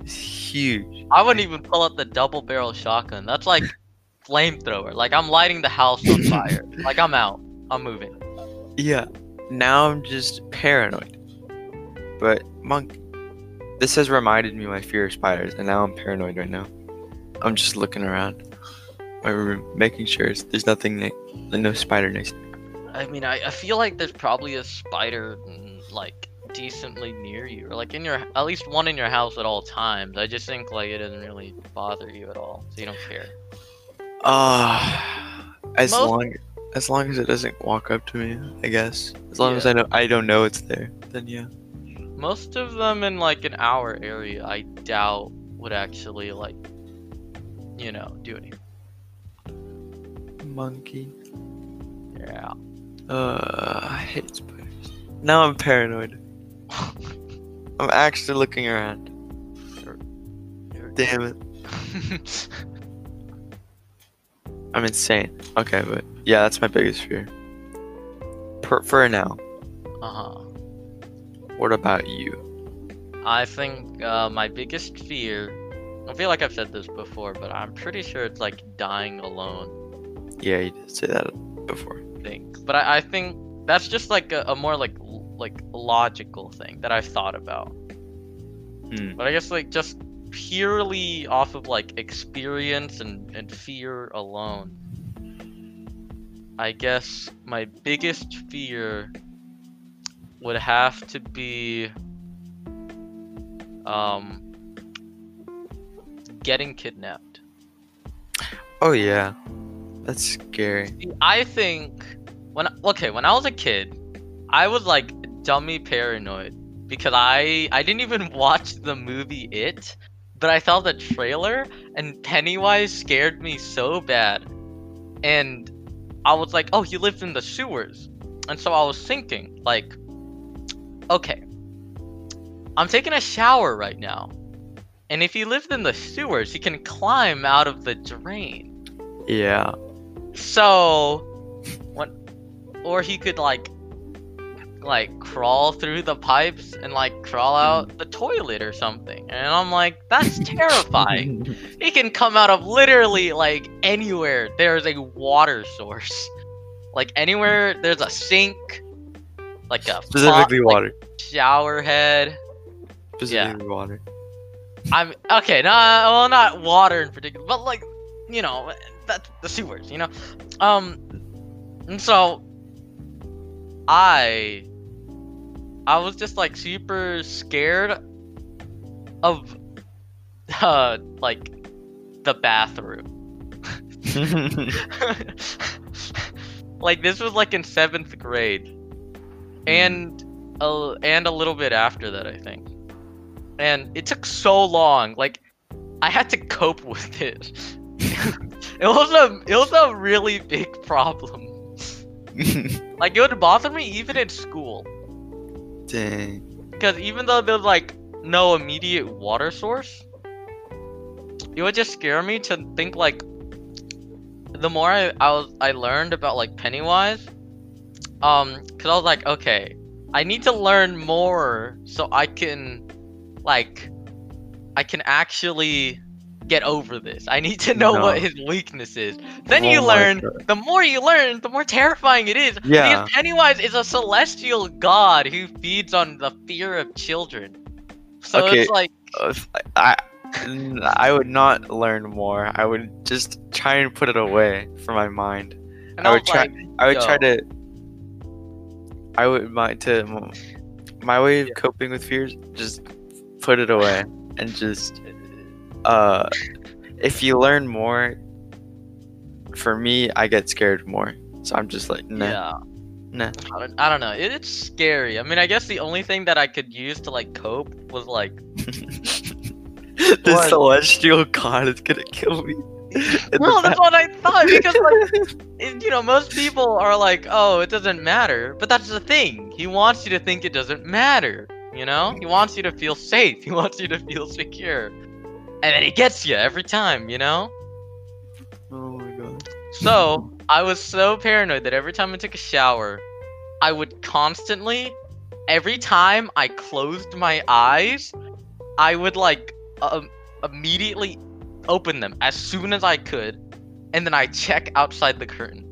It's huge.
I wouldn't even pull out the double barrel shotgun. That's like flamethrower. Like I'm lighting the house on fire. like I'm out. I'm moving.
Yeah. Now I'm just paranoid. But monk, this has reminded me of my fear of spiders, and now I'm paranoid right now. I'm just looking around my room, making sure it's- there's nothing, ne- no spider next.
I mean, I, I feel like there's probably a spider mm, like decently near you, or like in your at least one in your house at all times. I just think like it doesn't really bother you at all, so you don't care.
Ah, as
Most-
long as long as it doesn't walk up to me, I guess. As long as
Yeah.
I know I don't know it's there, then yeah.
Most of them in like an hour area, I doubt would actually like, you know, do anything.
Monkey.
Yeah.
Uh, I hate spiders. Now I'm paranoid. I'm actually looking around. Damn it.
(laughs)
I'm insane. Okay, but yeah, that's my biggest fear. Per- for now.
uh huh.
What about you?
I think uh, my biggest fear. I feel like I've said this before, but I'm pretty sure it's like dying alone.
Yeah, you did say that before.
think. But I, I think that's just like a, a more like l- like logical thing that I've thought about.
Hmm.
But I guess like just purely off of like experience and, and fear alone. I guess my biggest fear would have to be um getting kidnapped.
Oh yeah, that's scary.
See, I think when okay, when I was a kid, I was like dummy paranoid because I I didn't even (laughs) watch the movie It, but I saw the trailer and Pennywise scared me so bad, and I was like, oh, he lived in the sewers, and so I was thinking like, okay, I'm taking a shower right now, and if he lived in the sewers, he can climb out of the drain.
Yeah.
So, what? Or he could like, like crawl through the pipes and like crawl
Hmm.
out the toilet or something. And I'm like,
(laughs)
that's terrifying. he can come out of literally like anywhere. There's a water source, like anywhere. There's a sink, like a
Specifically
faucet, like,
water.
shower head.
Specifically water.
I'm okay. No, well, not water in particular, but like, you know, that the sewers, you know. Um, and so I, I was just like super scared of, uh, like the bathroom. (laughs) like this was like in seventh grade, and a, and a little bit after that, I think. And it took so long. Like I had to cope (laughs) with it. it was a it was a really big problem. Like it would bother me even at school,
(laughs) Dang.
because even though there's like no immediate water source, it would just scare me to think like. The more I I, was, I learned about like Pennywise, um, because I was like, okay, I need to learn more so I can, like, I can actually get over this. I need to know what
No.
his weakness is. Then
Oh
you
my
learn
God.
the more you learn, the more terrifying it is.
Yeah.
Because Pennywise is a celestial god who feeds on the fear of children. So
Okay.
it's like,
Uh, I, I would not learn more. I would just try and put it away from my mind.
and
I
I
would
was
try.
like,
I would try
yo.
to. I would my to my way of coping with fears just put it away and just uh if you learn more for me I get scared more so I'm just like (laughs) nah.
yeah.
Nah.
I don't, I don't know. It, it's scary. I mean, I guess the only thing that I could use to like cope was like,
the
What?
celestial god is gonna kill me (laughs) In the
well,
back-
that's what I
(laughs)
thought because like, it, you know, most people are like, oh, it doesn't matter. But that's the thing. He wants you to think it doesn't matter. You know, he wants you to feel safe. (laughs) He wants you to feel secure, and then he gets you every time. You know.
oh my god
So I was so paranoid that every time I took a shower, I would constantly, every time I closed my eyes, I would like um, immediately open them as soon as I could, and then I check outside the curtain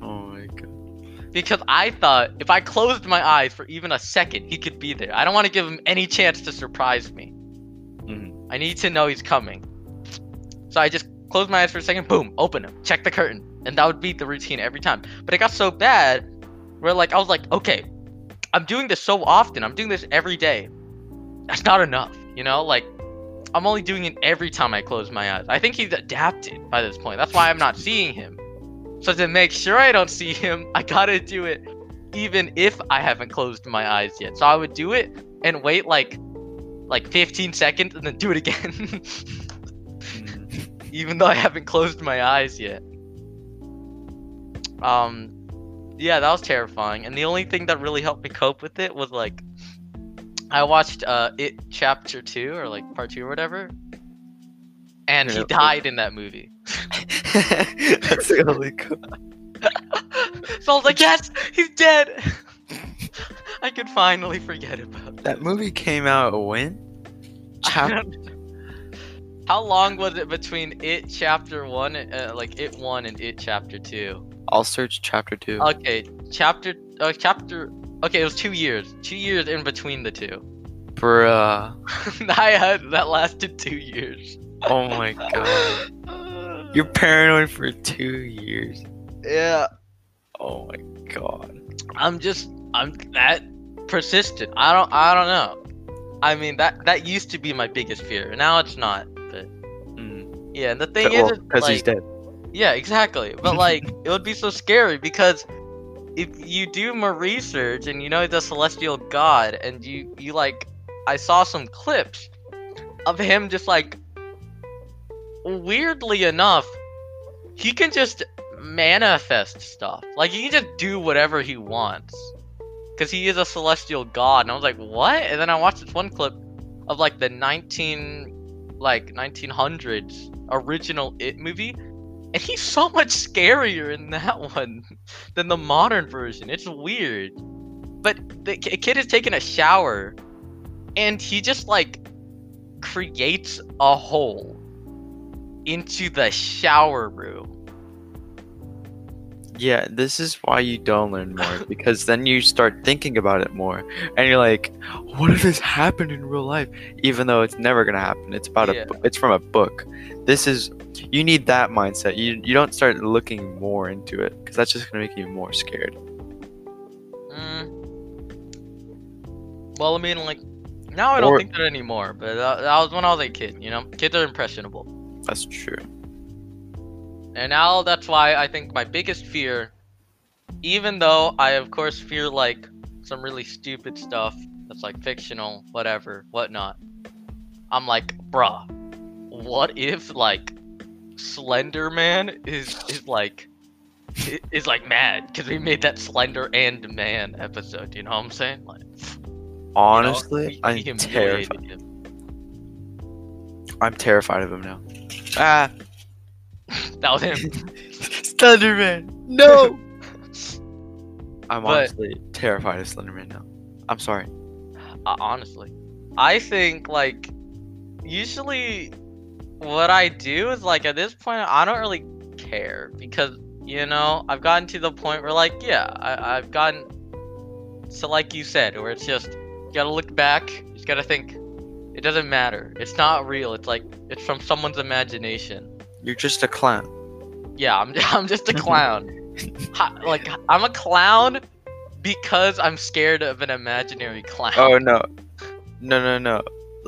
oh my god
because I thought if I closed my eyes for even a second, he could be there. I don't want to give him any chance to surprise me.
Mhm.
I need to know he's coming. So I just close my eyes for a second, boom, open them, check the curtain, and that would be the routine every time. But it got so bad where like I was like, okay, I'm doing this so often, I'm doing this every day. That's not enough, you know? Like I'm only doing it every time I close my eyes. I think he's adapted by this point. That's why I'm not seeing him. So to make sure I don't see him, I gotta do it even if I haven't closed my eyes yet. So I would do it and wait like like 15 seconds and then do it again. (laughs)
Mm.
even though I haven't closed my eyes yet. Um yeah, that was terrifying. And the only thing that really helped me cope with it was like I watched uh it chapter 2 or like part 2 or whatever. And he
Yeah.
died in that movie.
that's the only god
So I was like, yes, he's dead. (laughs) I could finally (laughs) forget about. (laughs)
that movie came out when
I don't- How long was it between it chapter one, uh, like it one and it chapter two?
I'll search chapter two.
Okay, chapter, uh, chapter. Okay, it was two years. Two years in between the two. (laughs)
Bruh.
I had that lasted two years.
Oh my god. You're paranoid for two years.
(sighs) yeah.
Oh my god.
I'm just I'm that persistent. I don't I don't know. I mean that that used to be my biggest fear. Now it's not. But
Mm.
yeah, and the thing
Because
is, is,
he's
like,
dead.
yeah, exactly. But like it would be so scary because if you do more research and you know the celestial god and you you like I saw some clips of him just like weirdly enough he can just manifest stuff. Like he can just do whatever he wants. Cause he is a celestial god, and I was like, what? And then I watched this one clip of like the nineteen like nineteen hundreds original it movie. And he's so much scarier in that (laughs) one than the modern version. It's weird. But the ki- kid is taking a shower and he just like creates a hole into the shower room.
Yeah, this is why you don't learn
(laughs)
more because then you start thinking about it more, and you're like, "What if this happened in real life?" Even though it's never gonna happen. It's about
Yeah.
a. bu- It's from a book. This is. You need that mindset. You you don't start looking more into it because that's just gonna make you more scared.
Mm. Well, I mean, like, now I don't
Or-
think that anymore, but that, that was when I was a kid, you know? Kids are impressionable.
That's true.
And now that's why I think my biggest fear, even though I, of course, fear, like, some really stupid stuff that's, like, fictional, whatever, whatnot, I'm like, bruh, what if, like, Slender Man is, is like, i- is like mad because we made that Slender and Man episode, you know what I'm saying? Like, you know,
Honestly,
he- he
I'm
humiliated
terrified.
him.
I'm terrified of him
(laughs)
now. Ah,
That was him.
Slenderman,
(laughs)
no. I'm
But-
honestly terrified of Slenderman now. I'm sorry.
uh, honestly. I think like usually what I do is like at this point I don't really care because you know I've gotten to the point where like yeah I, I've gotten so like you said where it's just you gotta look back you just gotta think it doesn't matter it's not real it's like it's from someone's imagination
You're just a clown.
yeah, I'm, (laughs) I'm just a clown. Ha- like, I'm a clown because I'm scared of an imaginary clown.
Oh no, no, no, no!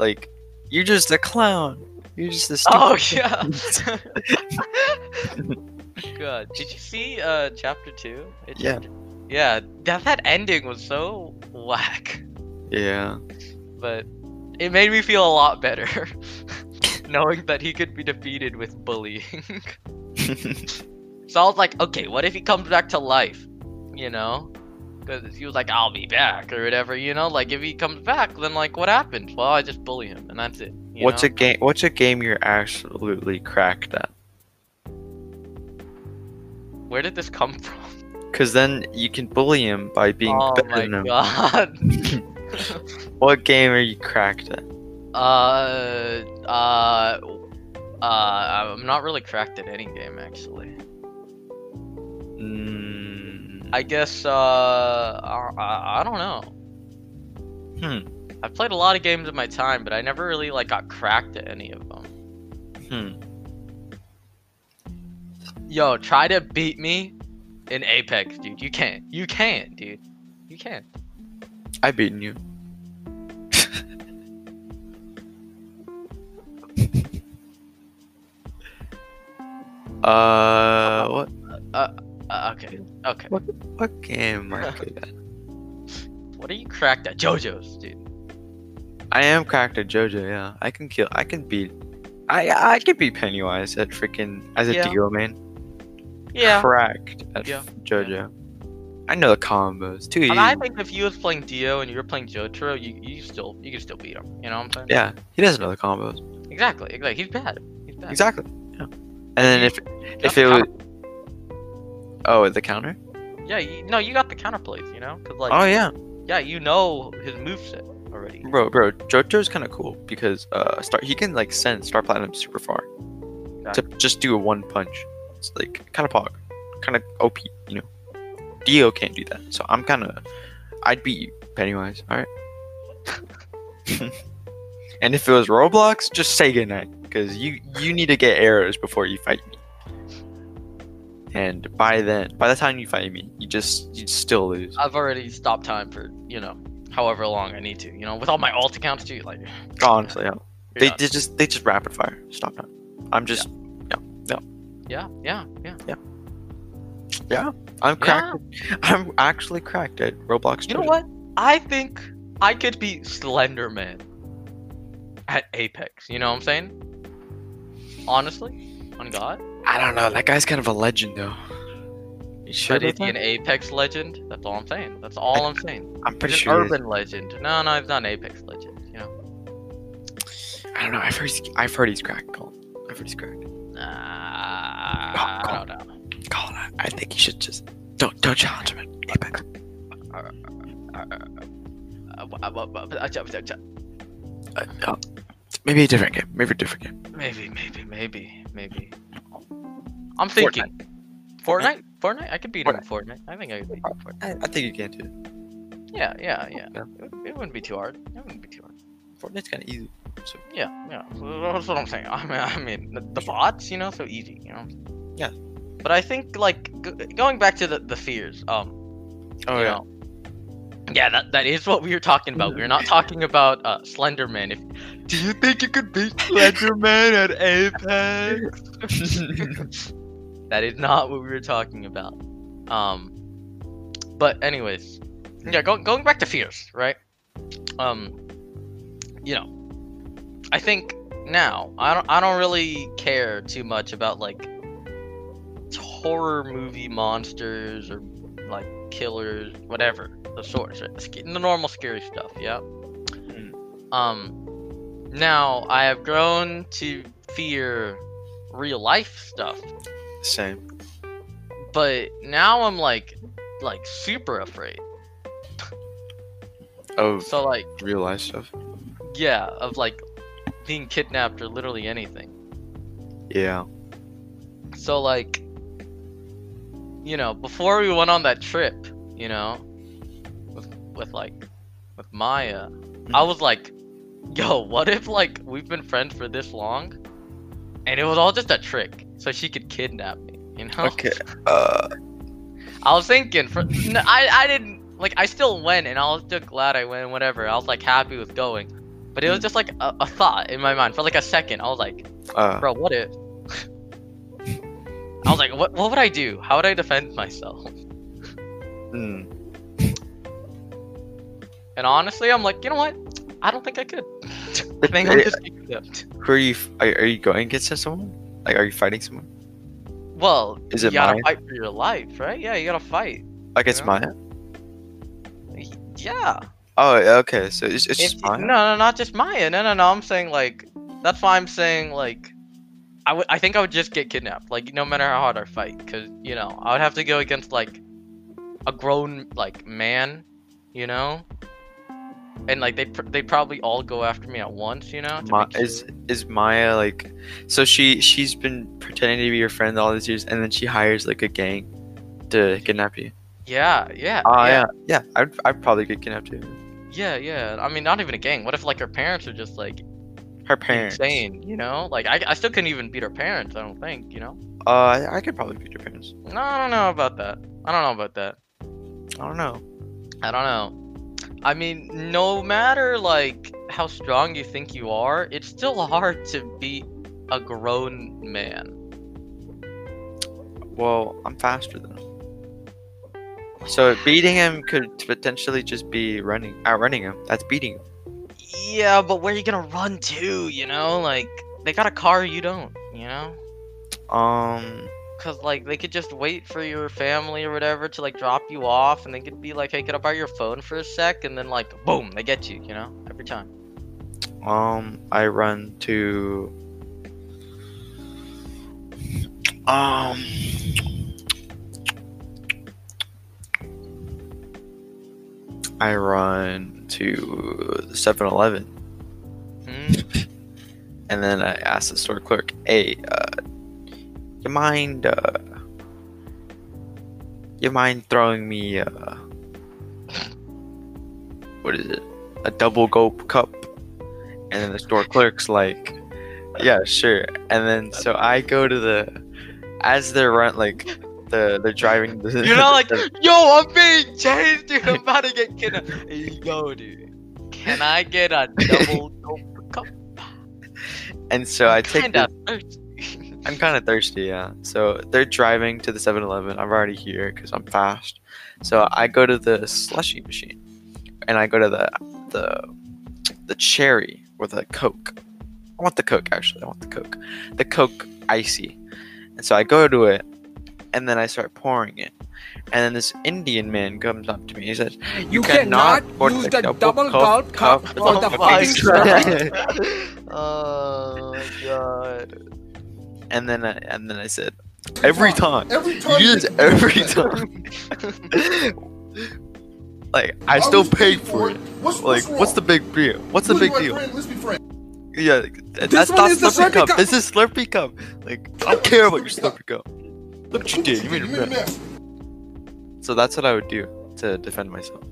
Like, you're just a clown. You're just a stupid.
Oh,
kid.
yeah. (laughs) Good. Did you see uh chapter two? It's
Yeah.
chapter- Yeah, that that ending was so whack,
yeah.
but it made me feel a lot better (laughs) knowing that he could be defeated with
(laughs)
bullying. So I was like, okay, what if he comes back to life? You know? Because he was like, I'll be back or whatever, you know? Like, if he comes back, then, like, what happens? Well, I just bully him and that's it. you
What's
know?
a game? What's a game you're absolutely cracked at?
Where did this come from?
Because then you can bully him by being
oh
better
my
than him.
god. (laughs)
What game are you cracked at?
uh, uh, uh, I'm not really cracked at any game, actually.
Mm,
I guess, uh, I, I, I don't know.
Hmm.
I played a lot of games in my time, but I never really, like, got cracked at any of them.
hmm.
Yo, try to beat me in Apex, dude. You can't. You can't, dude. You can't.
I beaten you. (laughs) uh, what
Uh, okay. Okay.
what game am I good at?
What are you cracked at? JoJo's, dude.
I am cracked at JoJo. Yeah, I can kill. I can beat. I I can beat Pennywise at freaking as a
Yeah.
duo man.
Yeah.
Cracked at
Yeah.
f- JoJo. I know the combos E. too.
And I
easy.
think if you was playing Dio and you were playing Jotaro, you you still you could still beat him. You know what I'm saying?
Yeah, he doesn't know the combos
Exactly. Exactly. He's bad. He's bad.
exactly. Yeah. And then if if
the
it was oh the counter
Yeah. You, no, you got the counterplays. You know, because like
oh yeah
yeah, you know his moveset. already.
Bro, bro, JoJo's kind of cool because uh, star he can like send Star Platinum super far
Yeah.
to just do a one punch. It's like kind of pog, kind of OP, you know. Dio can't do that, so I'm kind of I'd beat you, Pennywise. All right. (laughs) and if it was Roblox, just say goodnight because you you need to get arrows before you fight me. And by then, by the time you fight me, you just you still lose.
I've already stopped time for you know however long I need to. You know, with all my alt accounts too. Like,
Honestly, yeah. They,
yeah.
they just they just rapid fire. Stop that. I'm just
yeah, yeah, yeah. Yeah.
I'm cracked. (laughs) I'm actually cracked at Roblox.
You know
Dungeon.
what? I think I could be Slenderman at Apex. You know what I'm saying? Honestly, on God,
I don't know. That guy's kind of a legend though. You sure
but is
about
he an
that?
Apex legend? That's all I'm saying. That's all
(laughs)
I'm saying.
I'm pretty
He's an
sure. he is.
urban legend. No, no, he's not an Apex legend. You know?
I don't know. I've heard. I've heard he's cracked. Colin. I've heard he's cracked.
Nah, I don't know.
Colin, I, I think you should just don't don't challenge him. in Apex.
Uh, w- w- w- uh, ch- ch- ch-
Uh, no. Maybe a different game. Maybe a different game.
Maybe, maybe, maybe, maybe. I'm thinking. Fortnite? Fortnite? I could beat him in Fortnite. I think I could beat him in Fortnite.
I, I think you can too.
Yeah, yeah, yeah.
Yeah.
It, would- it wouldn't be too hard. It wouldn't be too hard.
Fortnite's kind of easy.
Yeah, yeah. So that's what I'm saying. (laughs) I mean, I mean, the, the bots, you know, so easy, you know.
Yeah.
But I think like g- going back to the, the fears, um,
Oh
you
yeah.
know, yeah, that, that is what we were talking about. We were not talking about uh, Slenderman. If do you think you could beat Slenderman at Apex? (laughs) that is not what we were talking about. Um, but anyways, yeah, go, going back to fears, right? Um, you know, I think now I don't I don't really care too much about like horror movie monsters or like killers, whatever the sorts, right? Sc- the normal scary stuff, yeah. Um, now I have grown to fear real life stuff
Same.
but now I'm like, like super afraid.
Of
So like,
Oh, real life stuff.
yeah, of like being kidnapped or literally anything.
Yeah.
So like, you know, before we went on that trip, you know, with with like, with Maya, I was like, yo, what if like we've been friends for this long, and it was all just a trick, so she could kidnap me, you know?
Okay. Uh.
I was thinking, for, no, I I didn't like. I still went, and I was still glad I went. Whatever, I was like happy with going, but it
Mm.
was just like a, a thought in my mind for like a second. I was like,
Uh.
bro, what if? I was like, what what would I do? How would I defend myself?
mm,
And honestly, I'm like, you know what? I don't think I could. (laughs) I think I'll just accept.
Who are you? f- Are, are you going against someone? Like, are you fighting someone?
Well,
Is
you
it
gotta
mine?
fight for your life, right? Yeah, you gotta fight.
Like it's
Yeah.
Maya.
Yeah.
Oh, okay. So it's,
If-
it's just Maya.
No, no, not just Maya. No, no, no. I'm saying like that's why I'm saying like I would. I think I would just get kidnapped. Like no matter how hard I fight, because you know I would have to go against like a grown like man, you know. And like they pr- they probably all go after me at once, you know. to
Ma-
make
is
sure-
is Maya like? So she she's been pretending to be your friend all these years, and then she hires like a gang to kidnap you.
yeah, yeah,
Oh
yeah,
yeah, yeah. I'd, I'd probably get kidnapped too.
yeah, yeah. I mean, not even a gang. What if like her parents are just like
Her parents.
insane, you know? Like I, I still couldn't even beat her parents. I don't think, you know.
Uh, I, I could probably beat your parents.
No, I don't know about that. I don't know about that.
I don't know.
I don't know. I mean, no matter like how strong you think you are, it's still (laughs) hard to beat a grown man.
Well, I'm faster than him. So beating him could potentially just be running, outrunning him. That's beating him.
Yeah, but where are you gonna run to? You know, like they got a car, you don't. You know,
Um,
cause like they could just wait for your family or whatever to like drop you off, and they could be like, "Hey, could I borrow your phone for a sec?" And then like, boom, they get you. You know, every time. (laughs)
Um, I run to. Um. I run to the 7 Eleven.
Mm,
And then I asked the store clerk, hey, uh, you mind, uh, you mind throwing me, uh, what is it? A double gulp cup? And then the store clerk's like, yeah, sure. And then so I go to the, as they're run, like, the, they're driving. The,
You're
(laughs)
not like,
the-
yo, I'm being chased, dude. I'm about to get kidnapped. Here you go, dude. Can I get (laughs) a double dope cup?
and so I take the
Kinda thirsty.
I'm kind of thirsty, yeah. So they're driving to the 7 Eleven. I'm already here because I'm fast. So I go to the slushy machine and I go to the the the cherry or the Coke. I want the Coke, actually. I want the Coke. The Coke icy. And so I go to it and then I start pouring it. And then this Indian man comes up to me. He says, You, cannot, use the double, gulp cup,
for
(laughs)
the fucking
fucking-
oh my god.
(laughs) and then I, and then I said, Every time.
Every time.
You do this every
(laughs)
time. like I still pay for it.
What's,
Like what's the big deal? What's the
wrong?
big
You and
deal?
Friend, let's be friends.
Yeah, like, th- that's
one
not
is the
Slurpee
Slurpee
cup.
cup.
This is Slurpee cup. Like I don't care about your
Slurpee
Slurpee
cup.
cup. Look what you did. You made a
made a
mess.
mess.
So that's what I would do to defend myself.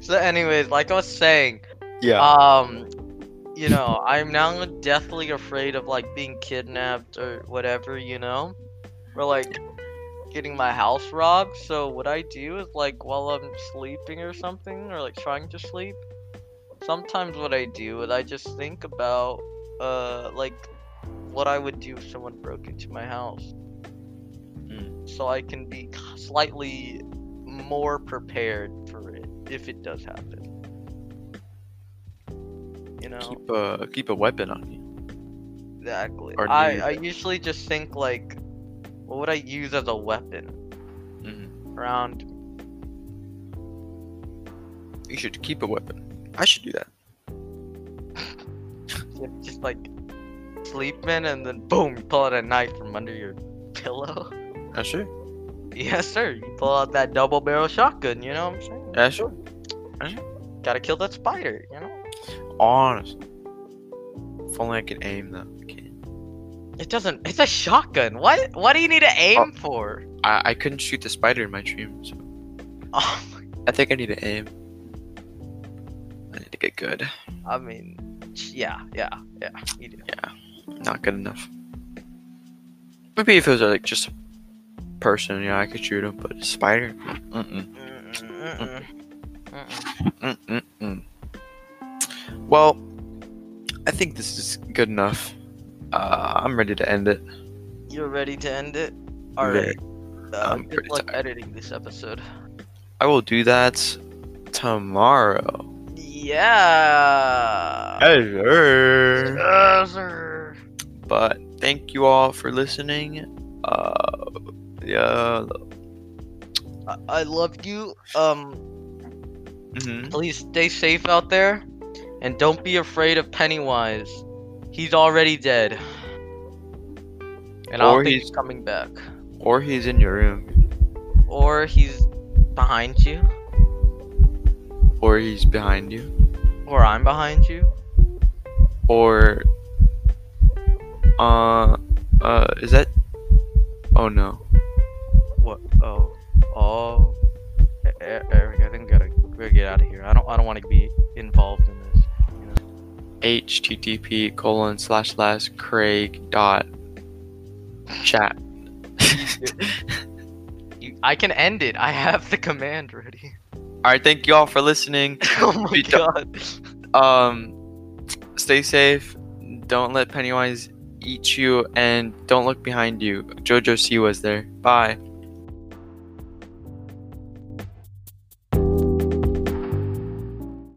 So, anyways, like I was saying,
yeah.
um, you know, I'm now deathly afraid of like being kidnapped or whatever, you know, or like getting my house robbed. So what I do is like while I'm sleeping or something, or like trying to sleep, sometimes what I do is I just think about, uh, like what I would do if someone broke into my house,
Hmm.
so I can be slightly more prepared for it if it does happen. You know.
Keep a keep a weapon on you.
Exactly.
Or
I,
need
I
it.
usually just think like, what would I use as a weapon
Mhm.
around?
You should keep a weapon. I should do that.
Just like sleeping, and then boom, you pull out a knife from under your pillow. (laughs)
Yeah, sure.
yes, sir. You pull out that double barrel shotgun. You know what I'm saying?
Yeah, sure.
Gotta kill that spider. You know.
Honest. If only I could aim though. I can't.
It doesn't. It's a shotgun. What? What do you need to
Oh.
aim for? (laughs)
I, I couldn't shoot the spider in my dream, so
Oh,
I think I need to aim. I need to get good.
I mean, yeah, yeah, yeah. You do.
Not good enough. Maybe if it was like just a person, yeah, I could shoot him, but a spider? Mm-mm.
Mm, mm, mm, mm, mm.
Mm-mm-mm. Well, I think this is good enough. Uh, I'm ready to end it.
You're ready to end it? Alright. Uh,
I'm
good
pretty
luck editing this episode.
I will do that tomorrow.
Yeah.
Sure.
Yes, sir.
But thank you all for listening. Uh, yeah.
I-, I love you. Um,
mhm.
please stay safe out there, and don't be afraid of Pennywise. He's already dead, and I
Or
don't think
he's-
he's coming back.
Or he's in your room.
Or he's behind you,
Or he's behind you.
or I'm behind you.
Or uh uh is that Oh no.
What? Oh, oh. E- E- Eric, I think we gotta, we gotta get out of here. I don't, I don't want to be involved in this.
HTTP colon slash slash Craig dot chat.
You, I can end it. I have the command ready. (laughs)
Alright, thank you all for listening.
Oh my
Beat up.
god.
Um stay safe. Don't let Pennywise eat you and don't look behind you. Jojo C was there. Bye.